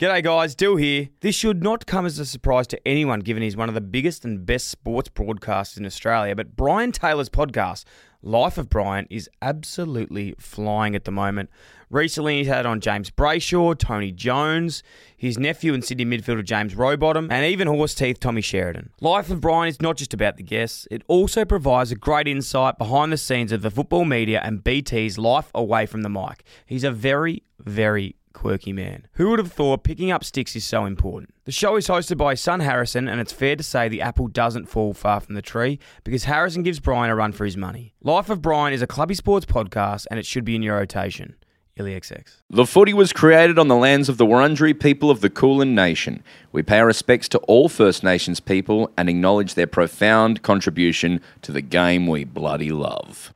G'day, guys. Dill here. This should not come as a surprise to anyone, given he's one of the biggest and best sports broadcasters in Australia. But Brian Taylor's podcast, Life of Brian, is absolutely flying at the moment. Recently, he's had on James Brayshaw, Tony Jones, his nephew and Sydney midfielder James Rowbottom, and even horse teeth Tommy Sheridan. Life of Brian is not just about the guests, it also provides a great insight behind the scenes of the football media and BT's life away from the mic. He's a very, very quirky man. Who would have thought picking up sticks is so important? The show is hosted by his son Harrison, and it's fair to say the apple doesn't fall far from the tree because Harrison gives Brian a run for his money. Life of Brian is a clubby sports podcast, and it should be in your rotation. IllyXX. The footy was created on the lands of the Wurundjeri people of the Kulin Nation. We pay our respects to all First Nations people and acknowledge their profound contribution to the game we bloody love.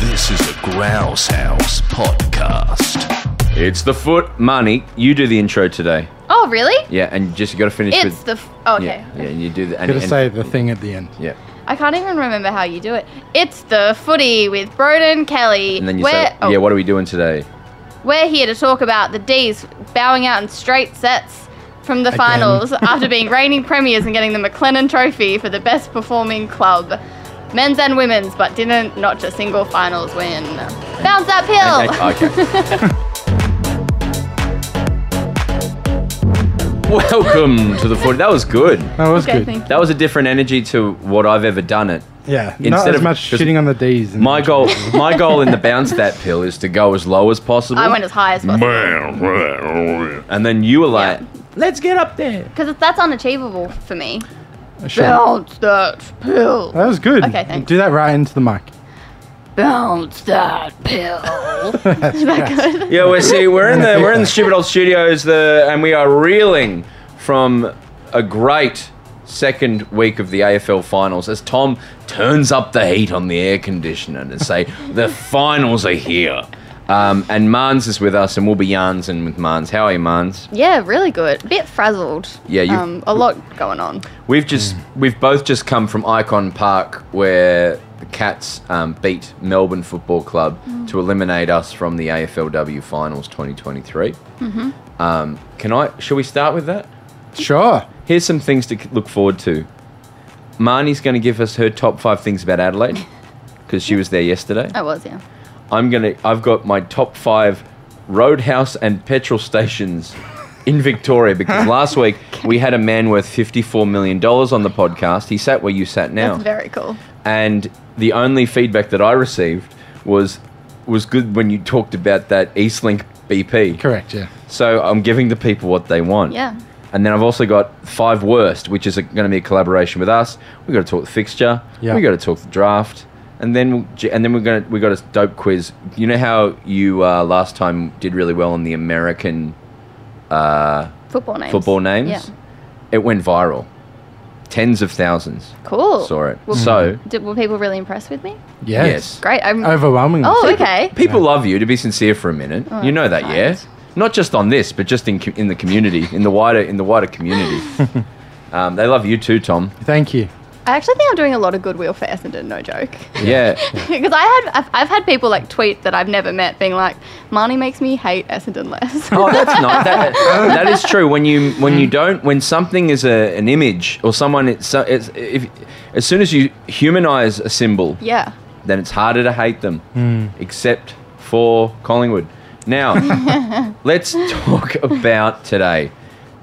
This is the Grouse House Podcast. It's the foot money. You do the intro today. Oh, really? Yeah, and just got to finish It's with. the. F- oh, okay. yeah, yeah, and you do the. And, Gotta and- say the thing at the end. yeah. I can't even remember how you do it. It's the footy with Broden Kelly. And then you we're, say, yeah, what are we doing today? we're here to talk about the D's bowing out in straight sets from the Again. finals after being reigning premiers and getting the McLennan Trophy for the best performing club. Men's and women's, but didn't notch a single finals win. Bounce that And- pill! and- okay. Welcome to the footy. That was good. That was okay, good. thank you. That was a different energy to what I've ever done it. Yeah, Instead not of- as much 'cause shitting on the D's. and- My goal, my goal in the bounce that pill is to go as low as possible. I went as high as possible. and then you were like, "Let's get up there." Because that's unachievable for me. Sure. Bounce that pill! That was good. Okay, thanks. Do that right into the mic. Bounce that pill! Is that good? Yeah, we see we're in the we're in the stupid old studios, the and we are reeling from a great second week of the AFL finals as Tom turns up the heat on the air conditioner and say, "The finals are here." Um, and Marnes is with us, and we'll be Yarns and with Marnes. How are you, Marnes? Yeah, really good. bit frazzled. Yeah, you- um, a lot going on. We've just we've both just come from Icon Park where the Cats um, beat Melbourne Football Club to eliminate us from the AFLW Finals 2023. Mm-hmm. Um, can I? Shall we start with that? Sure. Here's some things to c- look forward to. Marnie's going to give us her top five things about Adelaide because she was there yesterday. I was, yeah. I'm gonna. I've got my top five roadhouse and petrol stations in Victoria because last week we had a man worth fifty-four million dollars on the podcast. He sat where you sat now, That's very cool. and the only feedback that I received was was good when you talked about that Eastlink BP. Correct. Yeah. So I'm giving the people what they want. Yeah. And then I've also got five worst, which is going to be a collaboration with us. We've got to talk the fixture. Yeah. We've got to talk the draft. And then we'll, and then we're going to we got a dope quiz. You know how you uh, last time did really well on the American Football names. football names. Yeah. It went viral. Tens of thousands Cool. saw it. Well, So Did, were people really impressed with me? yes, Yes. Great. I'm. Overwhelmingly. oh, okay. people love you. To be sincere for a minute, you know that, yeah. kind. Not just on this, but just in co- in the community, in the wider in the wider community. um, they love you too, Tom. Thank you. I actually think I'm doing a lot of goodwill for Essendon. No joke. yeah. Because I had, I've, I've had people like tweet that I've never met, being like, "Marnie makes me hate Essendon less." Oh, that's not that. That is true. When you when you don't when something is a, an image or someone it's, so- it's if, as soon as you humanize a symbol, yeah. then it's harder to hate them. Hmm. Except for Collingwood. Now, let's talk about today.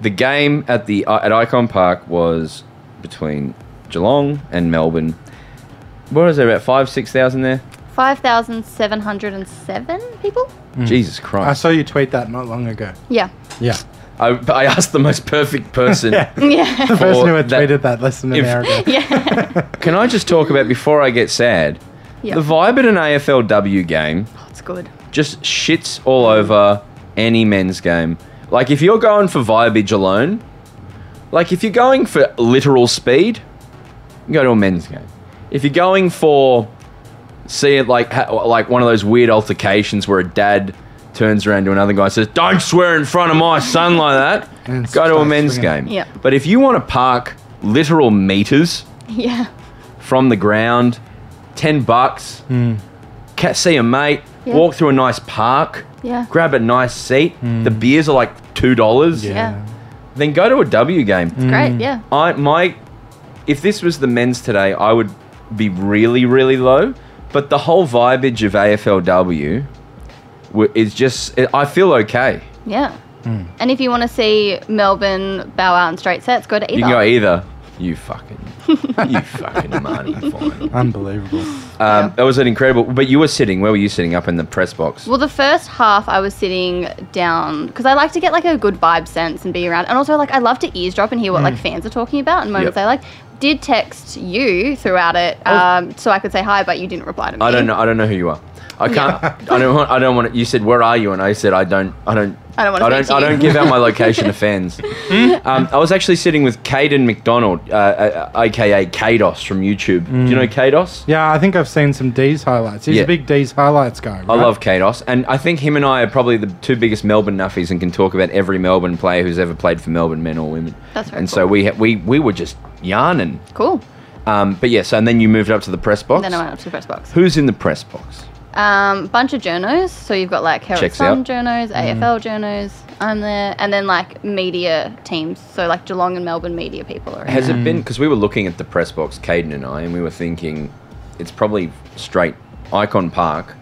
The game at the at Icon Park was between Geelong and Melbourne. What was there about five six thousand there? Five thousand seven hundred and seven people. Jesus Hmm. I Christ! saw you tweet that not long ago. Yeah. Yeah. I, I asked the most perfect person. Yeah. The person Or who had that- tweeted that less than an if- hour ago. yeah. Can I just talk about before I get sad? Yeah. The vibe at an AFLW game Oh, it's good. just shits all over any men's game. Like if you're going for vibage alone, like if you're going for literal speed, you go to a men's game. If you're going for see it like ha- like one of those weird altercations where a dad turns around to another guy and says, "Don't swear in front of my son like that." And go to a starts men's swinging. game. Yeah. But if you want to park literal meters Yeah. from the ground, 10 bucks, ca- see a mate, Yeah. walk through a nice park, Yeah. grab a nice seat. The beers are like two dollars, Yeah. Hmm. then go to a W game. Great, yeah. Mm. I my if this was the men's today, I would be really really low. But the whole vibeage of AFLW w- is just I feel okay. Yeah. Hmm. And if you want to see Melbourne bow out in straight sets, go to either. You can go either. You fucking you fucking Marnie fine. Unbelievable. Um, that was an incredible. But you were sitting. Where were you sitting? Up in the press box. Well, the first half I was sitting down because I like to get like a good vibe sense and be around, and also like I love to eavesdrop and hear what like fans are talking about and moments Hmm. Yep. Oh. I like. Did text you throughout it, um, so I could say hi, but you didn't reply to me. I don't know. I don't know who you are. I can't. I don't. Want, I don't want. it- You said where are you, and I said I don't. I don't. I don't wanna I speak don't. to I you. don't Hmm? give out my location to fans. um, I was actually sitting with Caden McDonald, uh, uh, aka Kados from YouTube. Do you know Kados? Hmm. Yeah, I think I've seen some D's highlights. He's Yeah. a big D's highlights guy. I right? love Kados, and I think him and I are probably the two biggest Melbourne nuffies, and can talk about every Melbourne player who's ever played for Melbourne, men or women. That's very And so cool. we ha- we we were just yarning. Cool. Um, but yes, and then you moved up to the press box. Then I went up to the press box. Who's in the press box? Um, bunch of journos. So you've got like Herald Checks Sun out. Hmm. journos, AFL journos. I'm there, and then like media teams. So like Geelong and Melbourne media people are. in Has it been because we were looking at the press box, Caden and I, and we were thinking it's probably straight Icon Park.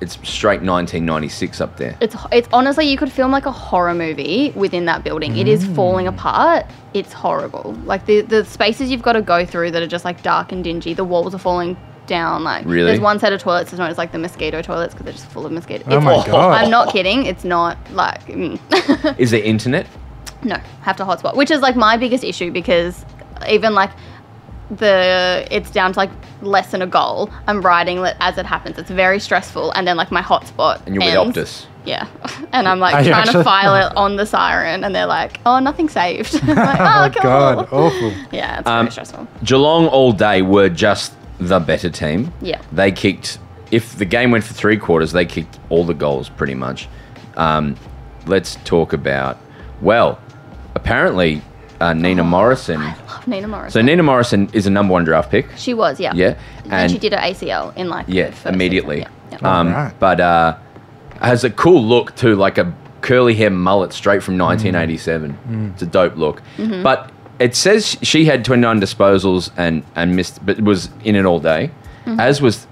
It's straight 1996 up there. It's it's honestly you could film like a horror movie within that building. It is falling Mm. apart. It's horrible. Like the the spaces you've got to go through that are just like dark and dingy. The walls are falling down. Like Really? there's one set of toilets that's known as like the mosquito toilets because they're just full of mosquitoes. Oh my God. I'm not kidding. It's not like mm. Is there internet? No, have to hotspot, which is like my biggest issue because even like the it's down to like less than a goal. I'm riding it as it happens. It's very stressful, and then like my hotspot. And you're with ends. Optus. Yeah, and I'm like Are you trying to actually- file it on the siren, and they're like, "Oh, nothing saved." I'm like, Oh, cool." God. Awful. Yeah, it's Um, very stressful. Geelong all day were just the better team. Yeah. They kicked, if the game went for three quarters, they kicked all the goals pretty much. Um, let's talk about, well, apparently uh, Oh, Nina Morrison. Love Nina Morris. So Nina Morrison is a number one draft pick. she was, yeah, Yeah. And, she did her ACL in like the Yeah, first immediately. season. Yeah, yeah. Um, Alright. But uh, has a cool look too, like a curly hair mullet straight from 1987. It's a dope look. Mm-hmm. But it says she had 29 disposals and, and missed, but was in it all day. As was,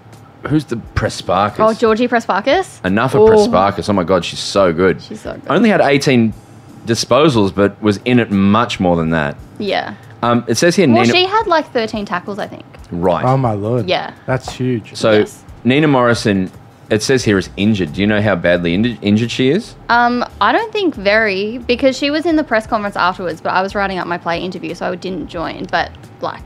who's the Presparkis? Mm-hmm. oh, Georgie Pressparkis. Enough of Oh. Presparkis. Oh my God, she's so good. She's so good. Only had 18 disposals, but was in it much more than that. Yeah. Um, it says here, Well, Nina. she had like 13 tackles, I think. right. Oh, my Lord. Yeah. That's huge. So Yes. Nina Morrison, it says here is injured. Do you know how badly injured, injured she is? Um, I don't think very because she was in the press conference afterwards, but I was writing up my play interview, so I didn't join. But like,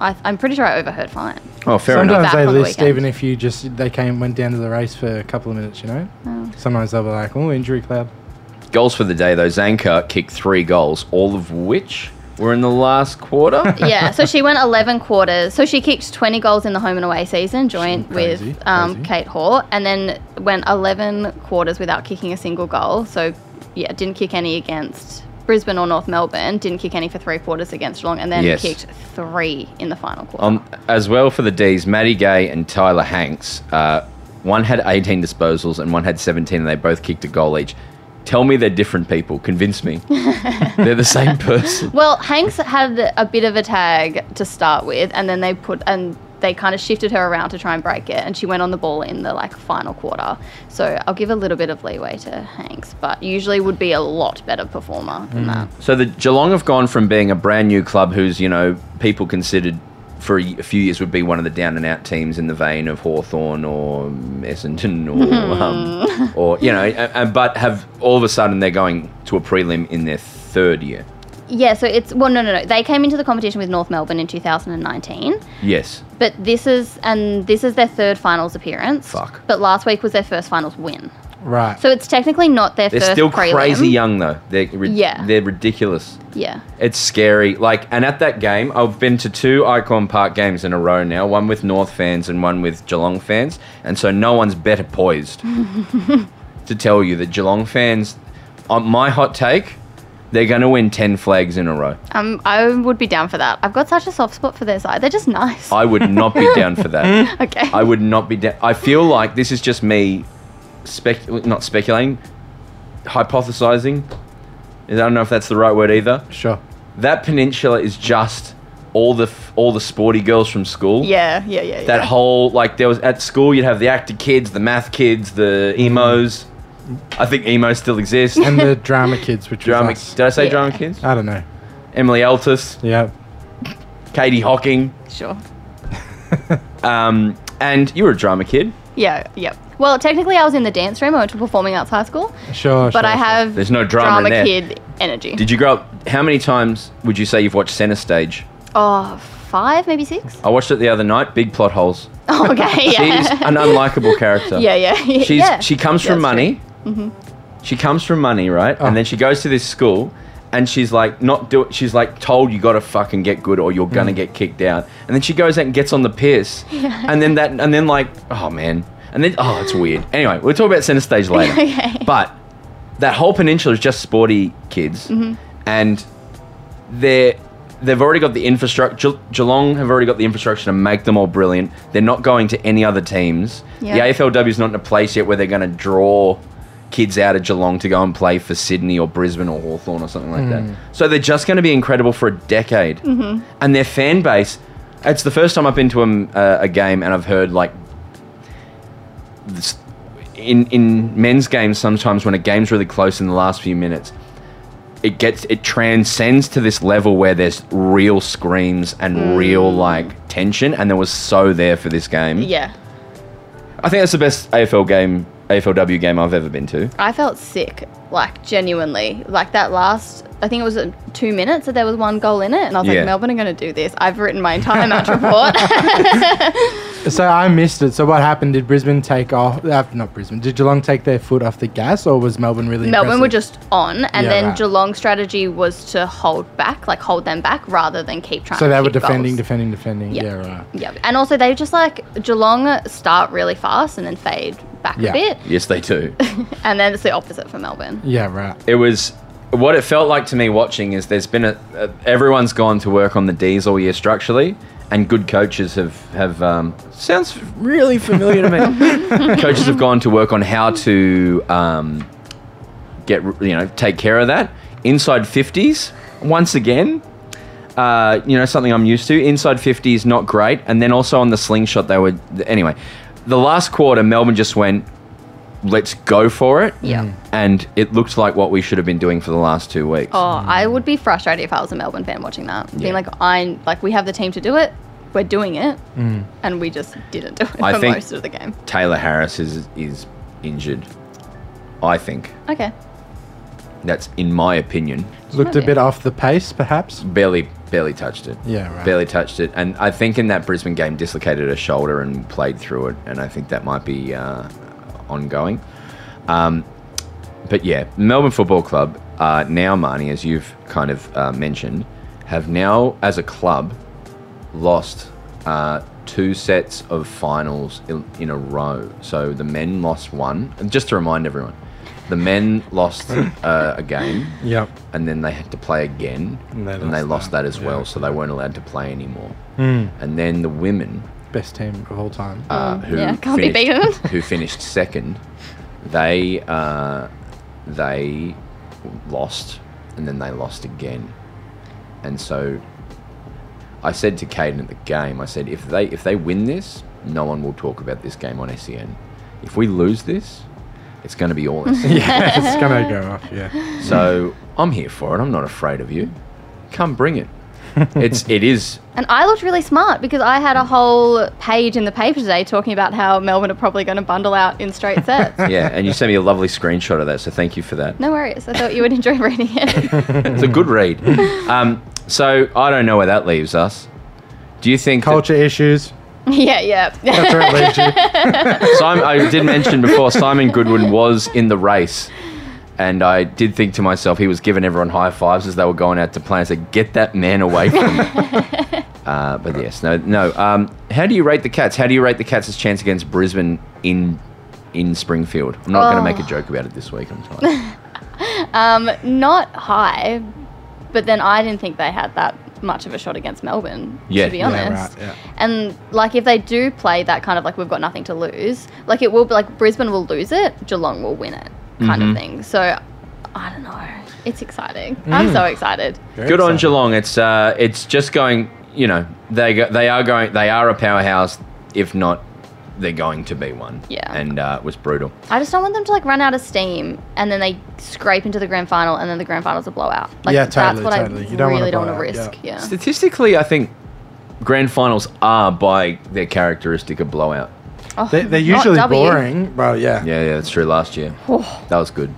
I, I'm pretty sure I overheard fine. Oh, fair Sometimes Back they on the list weekend. even if you just they came went down to the race for a couple of minutes, you know. Sometimes they'll be like, "Oh, injury cloud." enough. Goals for the day though. Zanka kicked three goals, all of which were in the last quarter. yeah, so she went 11 quarters. So she kicked 20 goals in the home and away season, joint Crazy, with um, crazy. Kate Hoare, and then went 11 quarters without kicking a single goal. So, yeah, didn't kick any against Brisbane or North Melbourne, didn't kick any for three quarters against Geelong, and then Yes. kicked three in the final quarter. um, as well for the D's, Maddie Gay and Tyler Hanks. Uh, one had 18 disposals and one had 17, and they both kicked a goal each. Tell me they're different people. Convince me. they're the same person. Well, Hanks had a bit of a tag to start with, and then they put and they kind of shifted her around to try and break it, and she went on the ball in the like final quarter. So I'll give a little bit of leeway to Hanks, but usually would be a lot better performer than that. So the Geelong have gone from being a brand new club, who's you know people considered for a, y- a few years would be one of the down and out teams in the vein of Hawthorn or Essendon or Hmm. um, or you know, a- a- but have all of a sudden they're going to a prelim in their third year. Yeah, so it's well, no, no, no. They came into the competition with North Melbourne in 2019, Yes, but this is and this is their third finals appearance. Fuck. But last week was their first finals win, Right. so it's technically not their they're first. still prelim. crazy young though. They're ri- Yeah. they're ridiculous. Yeah. It's scary. Like, and at that game, I've been to two Icon Park games in a row now. One with North fans and one with Geelong fans. And so no one's better poised to tell you that Geelong fans, on my hot take, they're going to win ten flags in a row. Um, I would be down for that. I've got such a soft spot for their side. They're just nice. I would not be down for that. okay. I would not be down. I feel like this is just me, spec not speculating, hypothesizing. I don't know if that's the right word either. Sure. That peninsula is just all the f- all the sporty girls from school. Yeah, yeah, yeah. yeah. That whole like there was at school you'd have the actor kids, the math kids, the emos. I think emos still exist. And the drama kids, which drama. was us. Did I say Yeah. drama kids? I don't know. Emily Altus, Yeah. Katie Hocking. sure. Um, and you were a drama kid. Yeah, yeah. Well, technically, I was in the dance room. I went to performing arts high school, Sure. but sure, I sure. have There's no drama in there. kid energy. Did you grow up? How many times would you say you've watched Center Stage? oh, five, maybe six. I watched it the other night. Big plot holes. Oh, okay, yeah. She's an unlikable character. yeah, yeah, yeah. She's she comes Yeah, from that's true. money. Mm-hmm. She comes from money, right? Oh. And then she goes to this school, and she's like not do. She's like told you got to fucking get good or you're gonna get kicked out. And then she goes out and gets on the piss. And then that and then like oh man. And then oh it's weird. Anyway, we'll talk about center stage later. Okay. But that whole peninsula is just sporty kids, Mm-hmm. and they're they've already got the infrastructure. Ge- Geelong have already got the infrastructure to make them all brilliant. They're not going to any other teams. Yeah. The AFLW is not in a place yet where they're going to draw kids out of Geelong to go and play for Sydney or Brisbane or Hawthorn or something like that. So they're just going to be incredible for a decade, and their fan base. It's the first time I've been to a, uh, a game and I've heard like this- in in men's games sometimes when a game's really close in the last few minutes it gets it transcends to this level where there's real screams and real like tension and there was so there for this game yeah. i think that's the best afl game aflw game i've ever been to I felt sick, like genuinely. Like that last, I think it was uh, two minutes that there was one goal in it, and I was Yeah. like, Melbourne are going to do this. I've written my entire match report. So I missed it. So what happened? Did Brisbane take off? Uh, not Brisbane. Did Geelong take their foot off the gas, or was Melbourne really? Melbourne were impressive? just on, and Yeah, then right. Geelong's strategy was to hold back, like hold them back, rather than keep trying. So to they were kick defending, goals. defending, defending. Yeah. Yeah, right. Yeah, and also they just like Geelong start really fast and then fade back Yeah. Mm. a bit, yes they do and then it's the opposite for Melbourne. Yeah, right. it was what it felt like to me watching is there's been a, a everyone's gone to work on the D's all year structurally, and good coaches have have um, sounds really familiar to me. coaches have gone to work on how to um, get r- you know take care of that inside fifties once again. Uh, you know something I'm used to. Inside 50 is not great, and then also on the slingshot they were. Anyway, the last quarter Melbourne just went, let's go for it Yeah. Mm. and it looked like what we should have been doing for the last two weeks. Oh, I would be frustrated if I was a Melbourne fan watching that, being like, I like we have the team to do it, we're doing it, Mm. and we just didn't do it I for think- most of the game. Taylor Harris is is injured. I think Okay, that's in my opinion. Looked a bit off the pace, perhaps. Barely, barely touched it. Yeah, right. Barely touched it, and I think in that Brisbane game dislocated a shoulder and played through it, and I think that might be uh, ongoing. Um, but yeah, Melbourne Football Club uh, now, Marnie, as you've kind of uh, mentioned, have now as a club lost uh, two sets of finals in, in a row. So the men lost one. And just to remind everyone, the men lost uh, a game Yep. and then they had to play again, and they lost, that, Hmm. as well, so they weren't allowed to play anymore. And then the women, Best team of all time. uh, who Mm, yeah, can't be finished- beaten. who finished second, they uh, they lost, and then they lost again, and so I said to Caden at the game, I said if they if they win this, no one will talk about this game on SEN. If we lose this, it's going to be all E SEN. yeah, it's gonna go off. Yeah. So I'm here for it. I'm not afraid of you. Come bring it. It's it is and I looked really smart because I had a whole page in the paper today talking about how Melbourne are probably going to bundle out in straight sets. yeah. And you sent me a lovely screenshot of that, so thank you for that. No worries. I thought you would enjoy reading it. It's a good read. Um, so I don't know where that leaves us. Do you think that- Culture issues. yeah, yeah. That's where it leads you. Simon, I did mention before Simon Goodwin was in the race, and I did think to myself he was giving everyone high fives as they were going out to play. I said, "Get that man away from me." uh, but yes, no, no. Um, how do you rate the Cats? How do you rate the Cats' chance against Brisbane in in Springfield? I'm not going to make a joke about it this week. I'm tired. Um, not high, but then I didn't think they had that much of a shot against Melbourne. Yeah. to be Yeah, honest. Yeah. And like if they do play that kind of like we've got nothing to lose, like Mm-hmm. it will be like Brisbane will lose it, Geelong will win it kind of thing. So I don't know. It's exciting. Mm. I'm so excited. Very Good on exciting. Geelong. It's uh, it's just going. You know, they go, they are going. They are a powerhouse. If not, they're going to be one. Yeah. and uh, it was brutal. I just don't want them to like run out of steam and then they scrape into the grand final and then the grand final's a blowout. Like Yeah, that's totally, what totally. I You don't wanna really don't want to blowout, risk. Yeah. Statistically, I think grand finals are by their characteristic a blowout. Oh, They, they're not usually W. boring. Well, yeah. Yeah, yeah, that's true. Last year, that was good.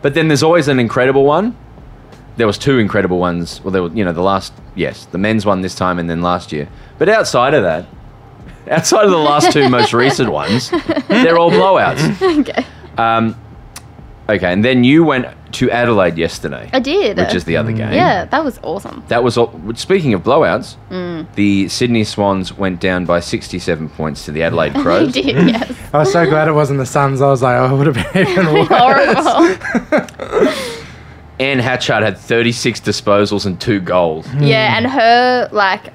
But then there's always an incredible one. There was two incredible ones. Well, there were, you know, the last yes, the men's one this time, and then last year. But outside of that, outside of the last two most recent ones, they're all blowouts. okay. Okay, and then you went to Adelaide yesterday, I did. which is the other game. Uh, Yeah, that was awesome. That was all. Speaking of blowouts, Mm. the Sydney Swans went down by 67 points to the Adelaide I Crows. did, yes. I was so glad it wasn't the Suns. I was like, oh, it would have been even worse. Horrible. Anne Hatchard had 36 disposals and two goals. yeah, and her like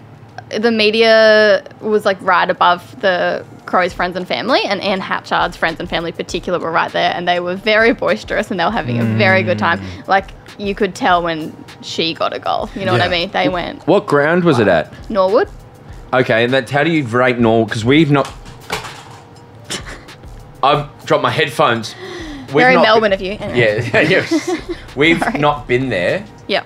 the media was like right above the Crow's friends and family, and Anne Hatchard's friends and family in particular were right there, and they were very boisterous and they were having a very good time. Hmm. Like you could tell when she got a goal. You know what I Yeah. mean? They went What ground was it at? Norwood. Okay, and that's how do you rate Norwood? Because we've not. I've dropped my headphones. We've Very not Melbourne Been, of you. Anyway. yeah, yes. We've Sorry. not been there. Yeah.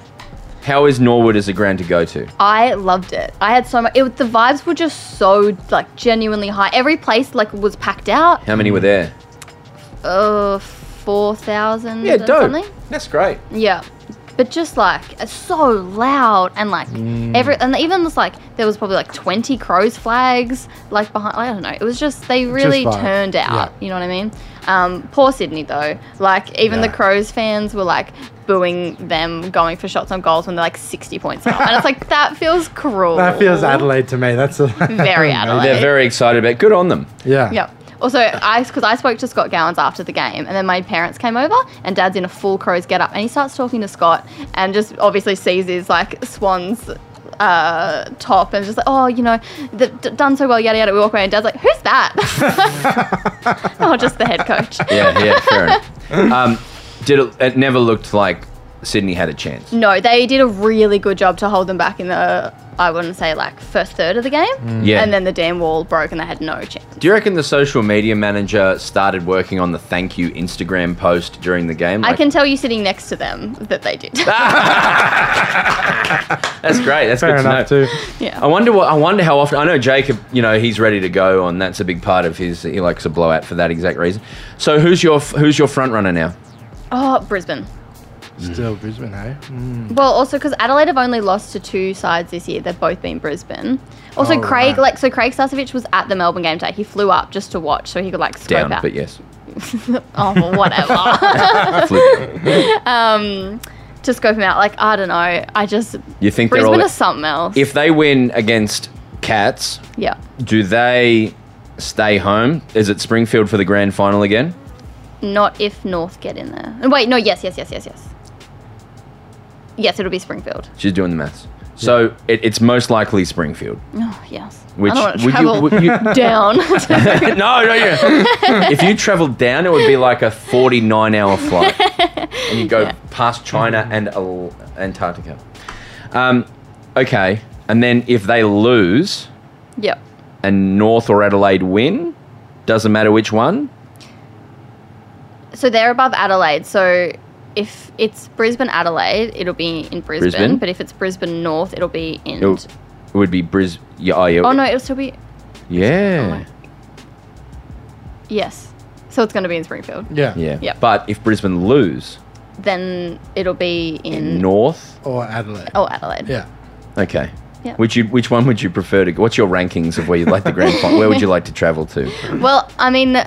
How is Norwood as a ground to go to? I loved it. I had so much. It, was- the vibes were just so like genuinely high. Every place like was packed out. How many were there? Uh, four thousand. Yeah, dope. Something. That's great. Yeah. But just like it's so loud and like Mm. every and even was like there was probably like twenty crows flags like behind I don't know it was just they really vibe. turned out Yeah. you know what I mean um, poor Sydney though like even the Yeah. crows fans were like booing them going for shots on goals when they're like sixty points up and it's like that feels cruel That feels Adelaide to me. That's a, Very Adelaide. They're very excited about. Good on them. Yeah. Yep. Also, I because I spoke to Scott Gowans after the game, and then my parents came over, and Dad's in a full crows get up, and he starts talking to Scott, and just obviously sees his like swans uh, top, and just like, oh, you know, the, d- done so well, yada yada. We walk away, and Dad's like, who's that? oh, just the head coach. Yeah, yeah, fair enough. Um, did it, it never looked like Sydney had a chance. No, they did a really good job to hold them back in the I wouldn't say like first third of the game, Mm. Yeah. and then the damn wall broke, and they had no chance. Do you reckon the social media manager started working on the thank you Instagram post during the game? I Like, can tell you sitting next to them that they did. Ah! That's great. That's Fair good enough, to know. too. yeah. I wonder what I wonder how often I know Jacob, you know, he's ready to go on that's a big part of his he likes a blowout for that exact reason. So who's your f- who's your front runner now? Oh, Brisbane. Mm. Still Brisbane, eh? hey? Well, also because Adelaide have only lost to two sides this year. They've both been Brisbane. Also, Oh, Craig, right. like, so Craig Sasevich was at the Melbourne game day. He flew up just to watch so he could, like, scope Down, out. but yes. Oh, well, whatever. Flip. to scope him out. Like, I don't know. I just. You think they're Brisbane all is something else. If they win against Cats, yeah. do they stay home? Is it Springfield for the grand final again? Not if North get in there. Wait, no, yes, yes, yes, yes, yes. Yes, it'll be Springfield. She's doing the maths. So it, it's most likely Springfield. Oh, yes. Which I don't want to would you- travel would you- down. no, no, yeah. if you travelled down, it would be like a 49 hour flight. And you go past China and Al- Antarctica. Um, okay. And then if they lose yep. and North or Adelaide win, doesn't matter which one. So they're above Adelaide. So if it's Brisbane Adelaide, it'll be in Brisbane. Brisbane? But if it's Brisbane North, it'll be in. It'll, it would be Brisbane. Yeah, oh, yeah. Oh no, Oh, it'll still be Yeah. yes. So it's going to be in Springfield. Yeah. yeah. Yep. But if Brisbane lose, Then it'll be in. North. Or Adelaide. oh, Adelaide. Yeah. Okay. Yeah. Would you, which one would you prefer to go? What's your rankings of where you'd like the grand final? Where would you like to travel to? Well, I mean,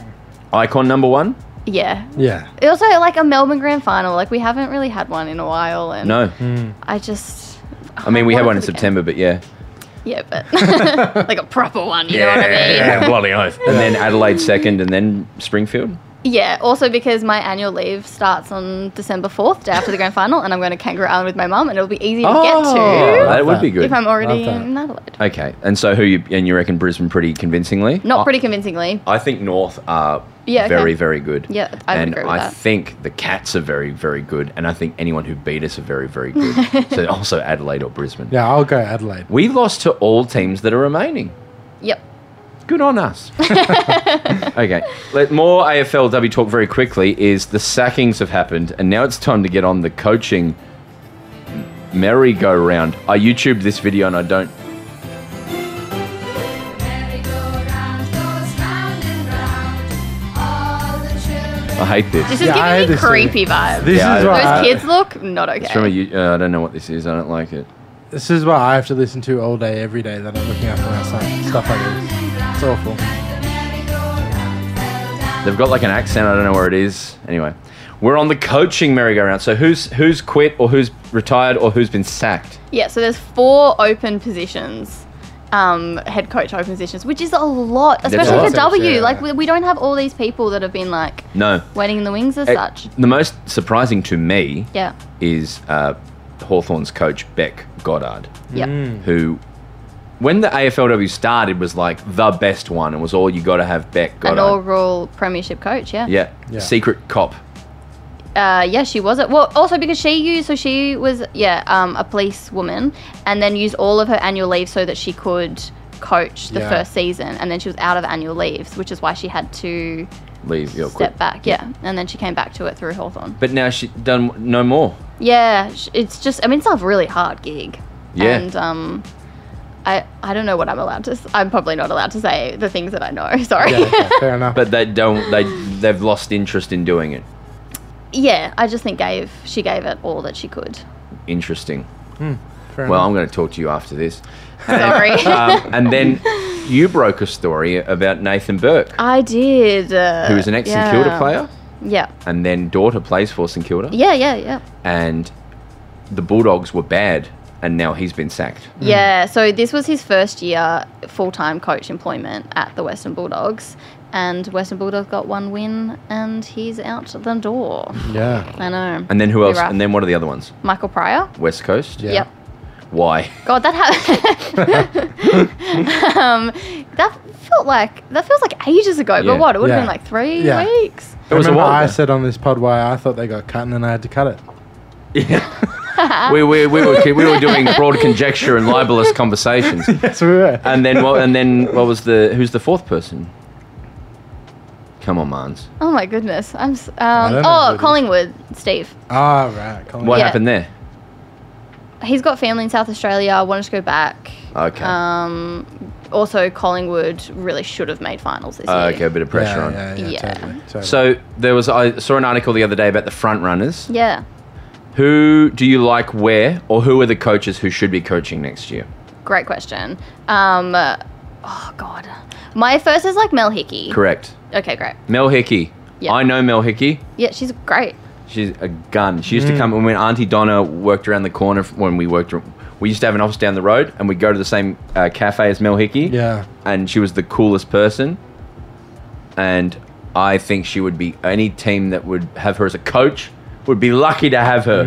Icon number one? yeah. Yeah. It also like a Melbourne Grand Final. Like we haven't really had one in a while, and No. I just. I mean, we What had is one in it again? September, but yeah. Yeah, but like a proper one. You know what I mean? bloody oath. And then Adelaide second, and then Springfield. Yeah, also because my annual leave starts on December 4th, day after the grand final, and I'm going to Kangaroo Island with my mum, and it'll be easy to Oh, get that would be to good. if I'm already Love that. in Adelaide. okay, and so who you and you reckon Brisbane pretty convincingly? Not I- pretty convincingly. I think North are Yeah, okay. very very good. Yeah, I would and agree with I that. think the Cats are very very good, and I think anyone who beat us are very very good. so also Adelaide or Brisbane. Yeah, I'll go Adelaide. We lost to all teams that are remaining. Yep. Good on us. okay. Let more AFLW talk very quickly is the sackings have happened and now it's time to get on the coaching merry-go-round. I YouTubed this video and I don't I hate this. This is Yeah, I giving me understand. creepy vibes. This Yeah, is I- what Those I, kids look not okay. It's from a you- uh, I don't know what this is. I don't like it. This is what I have to listen to all day, every day. That I'm looking out for my son. Stuff like this. It's awful. They've got like an accent. I don't know where it is. Anyway, we're on the coaching merry-go-round. So who's who's quit or who's retired or who's been sacked? Yeah, so there's four open positions, um, head coach open positions, which is a lot, a especially lot. for W. Yeah. Like we, we don't have all these people that have been like No. waiting in the wings as Eh, such. The most surprising to me Yeah. is uh, Hawthorne's coach Beck Goddard, Yeah. who, when the AFLW started, was like the best one and was all you got to have Beck Goddard. Inaugural premiership coach, yeah. yeah. Yeah. secret cop. Uh, yeah, she was. A, well, also because she used, so she was, yeah, um, a police woman, and then used all of her annual leave so that she could coach the Yeah. first season, and then she was out of annual leaves, which is why she had to Leave your step quit. back. Yeah, and then she came back to it through Hawthorn. But now she done no more. Yeah, sh- it's just. I mean, it's a really hard gig. Yeah. And um, I I don't know what I'm allowed to. s- I'm probably not allowed to say the things that I know. Sorry. Yeah, Yeah. okay, fair enough. But they don't. They they've lost interest in doing it. I just think gave she gave it all that she could. Interesting. fair Well, I'm enough. going to talk to you after this. Sorry. Um, and then you broke a story about Nathan Burke, I did. Uh, who is an ex St Kilda yeah. player, Yeah. and then daughter plays for St Kilda. Yeah, yeah, yeah. and the Bulldogs were bad, and now he's been sacked. Yeah, so this was his first year full time coach employment at the Western Bulldogs, and Western Bulldogs got one win, and he's out the door. yeah. I know. And then who Be else? rough. And then what are the other ones? Michael Pryor. West Coast. Yeah. Yep. Why? God, that happened. um, that felt like that feels like ages ago. Yeah. But what? It would have Yeah. been like three Yeah. weeks. It was a Remember while I ago. said on this pod why I thought they got cut and then I had to cut it. Yeah. we, we, we, were, we were doing broad conjecture and libelous conversations. Yes, we were. And then what? And then what was the? Who's the fourth person? Come on, Mans. Oh my goodness. I'm. s- don't Um, know who it oh, is. Collingwood, Steve. Ah, right. Colin. What Yeah. happened there? He's got family in South Australia. Wanted to go back. Okay. Um, also, Collingwood really should have made finals this Uh, year. okay, a bit of Yeah, pressure on. Yeah, yeah, Yeah. Totally, totally. So there was. I saw an article the other day about the front runners. Yeah. Who do you like where, or who are the coaches who should be coaching next year? Great question. Um, uh, oh God. My first is like Mel Hickey. Correct. Okay, great. Mel Hickey. Yeah. I know Mel Hickey. Yeah, she's great. She's a gun. She used to come when Auntie Donna worked around the corner f- when we worked. ar- We used to have an office down the road, and we'd go to the same uh, cafe as Mel Hickey. Yeah. and she was the coolest person. And I think she would be any team that would have her as a coach would be lucky to have her.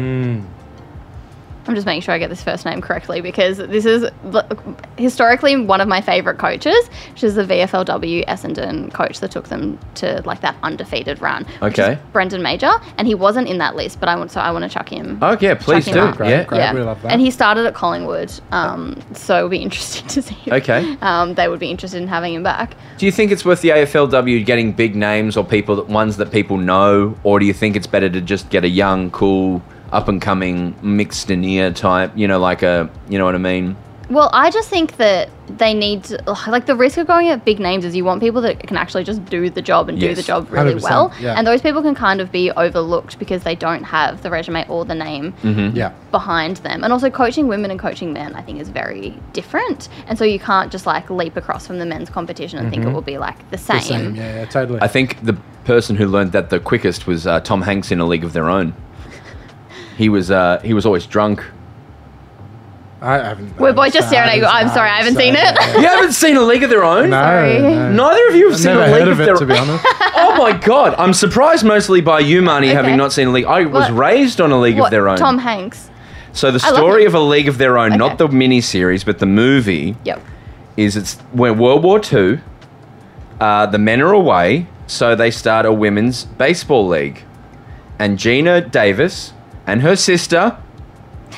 I'm just making sure I get this first name correctly because this is l- historically one of my favorite coaches, which is the VFLW Essendon coach that took them to like that undefeated run. which is Okay. Brendan Major, and he wasn't in that list, but I want so I want to chuck him. Oh yeah, please Chuck do. him out. Great, yeah, great. we love that. And he started at Collingwood, um, so it'll be interesting to see. if, Okay. Um, they would be interested in having him back. Do you think it's worth the AFLW getting big names or people that ones that people know, or do you think it's better to just get a young, cool, up and coming mixed and ear type? You know, like a you know what I mean? Well, I just think that they need to, ugh, like the risk of going at big names is you want people that can actually just do the job and do Yes. the job really 100%, well, yeah. and those people can kind of be overlooked because they don't have the resume or the name Mm-hmm. yeah. behind them. And also, coaching women and coaching men, I think, is very different, and so you can't just like leap across from the men's competition and Mm-hmm. think it will be like the same. The same. Yeah, yeah, totally. I think the person who learned that the quickest was uh, Tom Hanks in A League of Their Own. He was uh, he was always drunk. I haven't. We're both just staring at you. I'm sorry, I haven't seen it. You haven't seen A League of Their Own? No, Sorry. no. Neither of you have I've seen never A League heard of it, Their to be honest. Oh my god! I'm surprised mostly by you, Marnie, having Okay. not seen a league. I was What- raised on a League What, of Their Own. Tom Hanks. so the love story it. of a League of Their Own, not the miniseries, but the movie, Yep. is it's when World War Two. Uh, the men are away, so they start a women's baseball league, and Gina Davis and her sister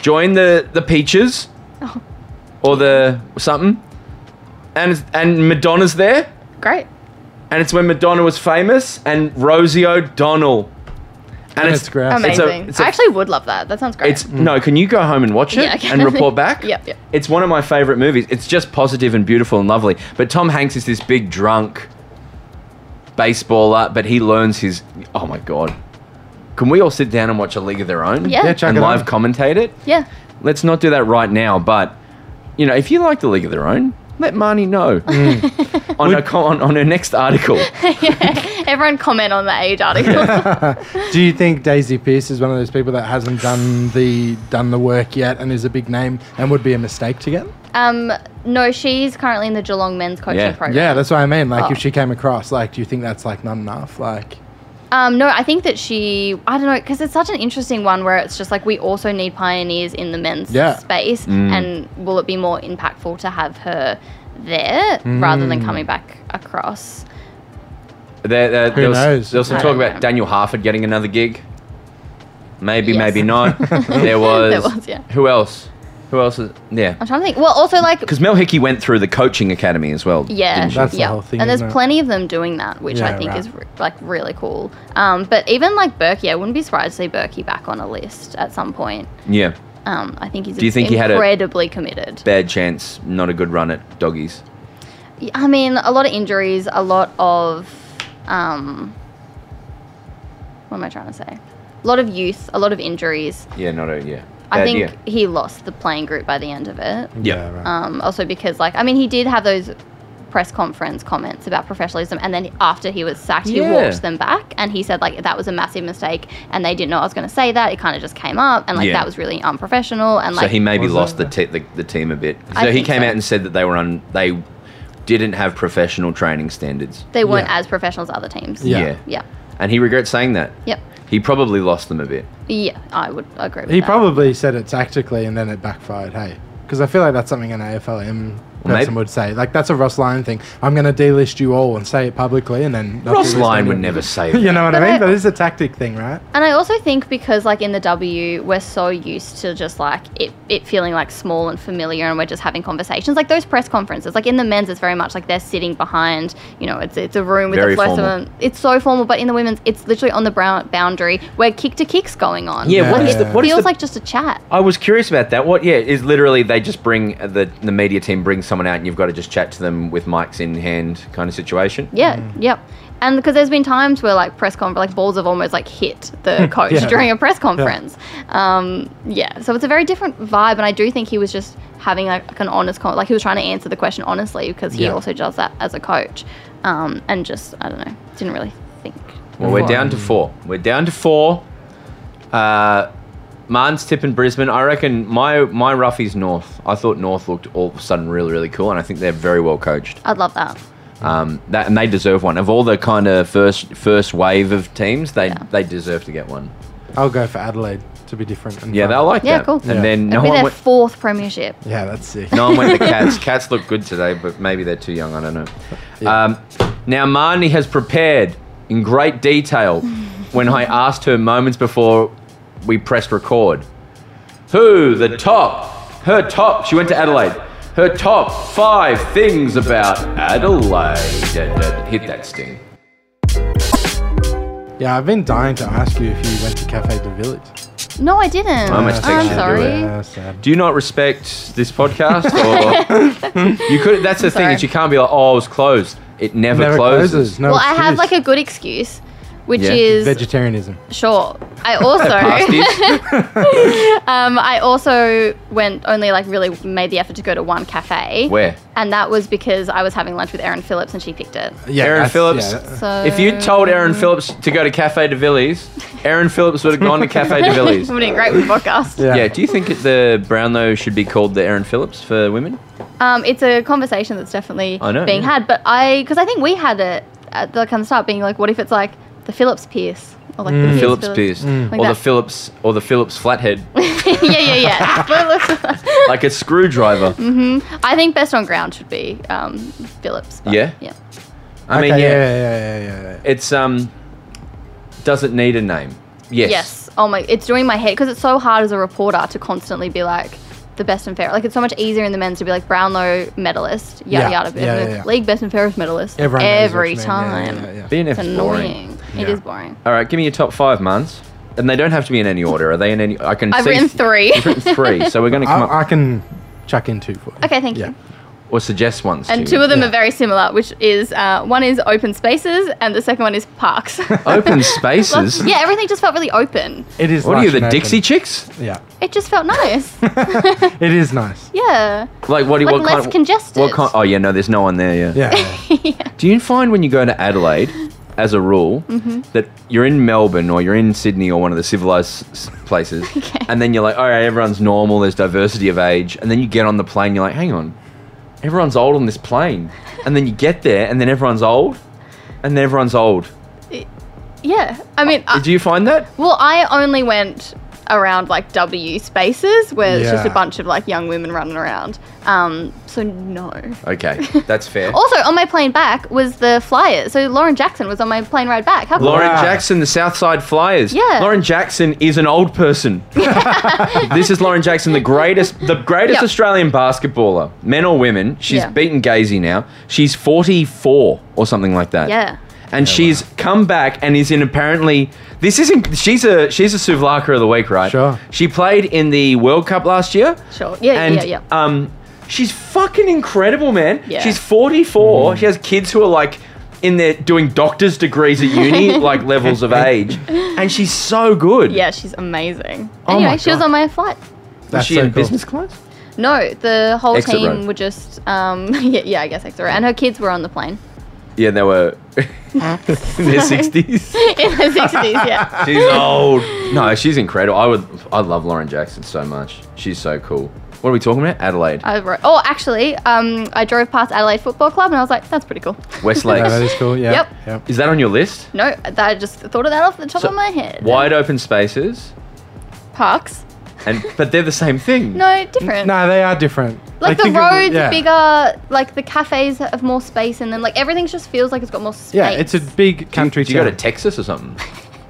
join the the Peaches, Oh. or the something, and and Madonna's there. Great. and it's when Madonna was famous and Rosie O'Donnell. And, it's grouse. Amazing. It's a, it's a- I actually would love that. That sounds great. it's no. Can you go home and watch it Mm. Yeah, I can. and report back? Yep, yep. It's one of my favorite movies. It's just positive and beautiful and lovely. But Tom Hanks is this big drunk baseballer, but he learns his. Oh my god! Can we all sit down and watch A League of Their Own? Yeah. Yeah, check And it live out. commentate it. yeah. Let's not do that right now. But you know, if you like The League of Their Own, let Marnie know Mm. on, her, co- on on her next article. Everyone comment on the age article. Do you think Daisy Pierce is one of those people that hasn't done the done the work yet and is a big name and would be a mistake to get? um, no, she's currently in the Geelong men's coaching Yeah. Uh, program. Yeah, that's what I mean. Like, Oh. if she came across, like, do you think that's like not enough? Like, Um, no, I think that she, I don't know, because it's such an interesting one where it's just like we also need pioneers in the men's Yeah. space, Mm. and will it be more impactful to have her there rather Mm. than coming back across? There, there, Who there was, knows? There was some I talk don't about know. Daniel Harford getting another gig. Maybe, Yes. maybe not. there was. There was, yeah. Who else? Who else? Is, yeah. I'm trying to think. Well, also like, Because Mel Hickey went through the coaching academy as well. yeah, didn't she? That's the yeah, whole thing, and there's isn't it? plenty of them doing that, which Yeah, I think right. is re- like really cool. Um, but even like Berkey, I wouldn't be surprised to see Berkey back on a list at some point. yeah. Um, I think he's Do you think he had a- incredibly committed. Bad chance. Not a good run at doggies. I mean, a lot of injuries, a lot of. Um, what am I trying to say? A lot of youth, a lot of injuries. Yeah, not a yeah. I Bad think year. he lost the playing group by the end of it. Yeah. right. Um, also because, like, I mean, he did have those press conference comments about professionalism, and then after he was sacked, he Yeah. walked them back, and he said like that was a massive mistake, and they didn't know I was going to say that. It kind of just came up, and like Yeah. that was really unprofessional, and so like he maybe Was lost the, that- te- the the team a bit. I So he think came so. out and said that they were on they didn't have professional training standards. they weren't Yeah. as professional as other teams. Yeah. Yeah. And he regrets saying that. Yep. He probably lost them a bit. Yeah, I would agree with he that. probably said it tactically and then it backfired. Hey, because I feel like that's something an AFLM person maybe- would say. Like, that's a Ross Lyon thing. I'm going to delist you all and say it publicly, and then they'll Ross delist Lyon would anyone. never say that. You know what But I I- mean? That is a tactic thing, right? And I also think because like in the W, we're so used to just like it, it feeling like small and familiar, and we're just having conversations like those press conferences. Like in the men's, it's very much like they're sitting behind, you know, it's it's a room with Very a fluorescent. formal. It's so formal, but in the women's, it's literally on the brown boundary where kick to kicks going on. Yeah, what Like, is it the- what is feels the- like just a chat. I was curious about that. What? Yeah, is literally they just bring the the media team brings someone out and you've got to just chat to them with mics in hand kind of situation. Yeah, yep. And because there's been times where like press conference, like balls have almost like hit the coach Yeah. during a press conference. Yeah. Um, yeah. So it's a very different vibe, and I do think he was just having like an honest, con- like he was trying to answer the question honestly because he Yeah. also does that as a coach, um, and just I don't know, didn't really think. Well, we're down to four. We're down to four. Uh, Marn's tip in Brisbane. I reckon my my roughie's North. I thought North looked all of a sudden really really cool, and I think they're very well coached. I'd love that. Um, that and they deserve one. Of all the kind of first first wave of teams, they Yeah. they deserve to get one. I'll go for Adelaide to be different. and Yeah, fun. they'll like Yeah, that. cool. And Yeah. then It'd no be one their went, fourth premiership. Yeah, that's sick. No one went the cats. cats look good today, but maybe they're too young. I don't know. Um, now Marnie has prepared in great detail when I asked her moments before we pressed record. Who the top? Her top. She went to Adelaide. Her top five things about Adelaide. Da, da, da. Hit that sting. Yeah, I've been dying to ask you if you went to Cafe de Village. No, I didn't. I must take you am to do sorry. Yeah, sad. Do you not respect this podcast? Or you could. That's the thing sorry. is you can't be like, oh, it was closed. It never, Never closes. closes. No well, I have like excuse. a good excuse. which Yeah. is Vegetarianism. sure. I also Pasties. um, I also went only like really made the effort to go to one cafe. Where? And that was because I was having lunch with Erin Phillips and she picked it. Yeah, Aaron that's- Phillips. yeah, that- So If you told Aaron Phillips to go to Cafe de Villiers, Aaron Phillips would have gone to Cafe de Villiers. would have been great with podcast. Yeah. Yeah, do you think it- the Brownlow should be called the Aaron Phillips for women? Um, it's a conversation that's definitely I know, being yeah. had, but I because I think we had it at the kind of start being like, what if it's like the Phillips Pierce or like the Pierce Mm. Phillips pierced, Mm. Like or the that. Phillips, or the Phillips flathead, yeah, yeah, yeah. Phillips. like a screwdriver. I think best on ground should be um, Phillips. but Yeah? yeah. I mean, okay, yeah, yeah, yeah, yeah, yeah, yeah. it's um, does it need a name? Yes. Yes. Oh my, it's doing my head because it's so hard as a reporter to constantly be like the best and fairest. Like it's so much easier in the men's to be like Brownlow medalist, yada Yeah. yada, Yeah, yeah, yeah. league best and fairest medalist Everyone knows what every you mean. Yeah, yeah, time. yeah, yeah. BNF's It's boring. annoying. It Yeah. is boring. All right, give me your top five, Mans. And they don't have to be in any order. Are they in any? I can. I've see written three. You've written three, so we're going to come I, I up can chuck in two for you. Okay, thank Yeah. you. or suggest ones. And to two you. of them Yeah. are very similar, which is uh, one is open spaces and the second one is parks. Oh, open spaces. yeah, everything just felt really open. It is. What are lush you, the and open. Dixie Chicks? Yeah, It just felt nice. it is nice. yeah. Like what? do you Like what less kind? congested. What kind? Oh yeah, no, there's no one there. Yeah. Yeah, yeah. Do you find when you go to Adelaide, Mm-hmm. as a rule, that you're in Melbourne or you're in Sydney or one of the civilized s- places, and then you're like, all right, everyone's normal. There's diversity of age, and then you get on the plane, you're like, hang on, everyone's old on this plane, and then you get there, and then everyone's old, and then everyone's old. Yeah. I mean, Oh, I- Do you find that? Well, I only went around like W spaces where it's just a Yeah. bunch of like young women running around. Um, so no. Okay, that's fair. Also, on my plane back was the Flyers. So Lauren Jackson was on my plane ride back. How cool. Lauren Wow. Jackson, the Southside Flyers. Yeah. Lauren Jackson is an old person. this is Lauren Jackson, the greatest, the greatest Yep. Australian basketballer, men or women. She's Yeah. beaten Gazy now. She's 44 or something like that. Yeah. And she's come back and is in apparently this isn't she's a she's a Suvlaka of the week, right? Sure. She played in the World Cup last year. Sure. Yeah, And, Uh, yeah, yeah. Um, she's fucking incredible, man. Yeah. She's 44. She has kids who are like in their doing doctor's degrees at uni, like levels of age, and she's so good. Yeah, she's amazing. Oh anyway, my she was God. on my flight. That's Is she so in cool. business class? No, the whole Exit team row. were just um, yeah, yeah, I guess extra. row. And her kids were on the plane Yeah, they were in their sixties. in the sixties. Yeah. She's old. No, she's incredible. I would, I love Lauren Jackson so much. She's so cool. What are we talking about? Adelaide, I wrote, oh, actually, um, I drove past Adelaide Football Club and I was like, that's pretty cool. Westlake. No, that is cool. Yeah. Yep. Yep. Is that on your list? No, that, I just thought of that off the top So, of my head. Wide open spaces, Parks. and but they're the same thing. No, different. No, they are different. Like I the think it would- roads yeah. are bigger, like the cafes have more space in them. Like everything just feels like it's got more space. Yeah, it's a big country Did you go to town. Texas or something?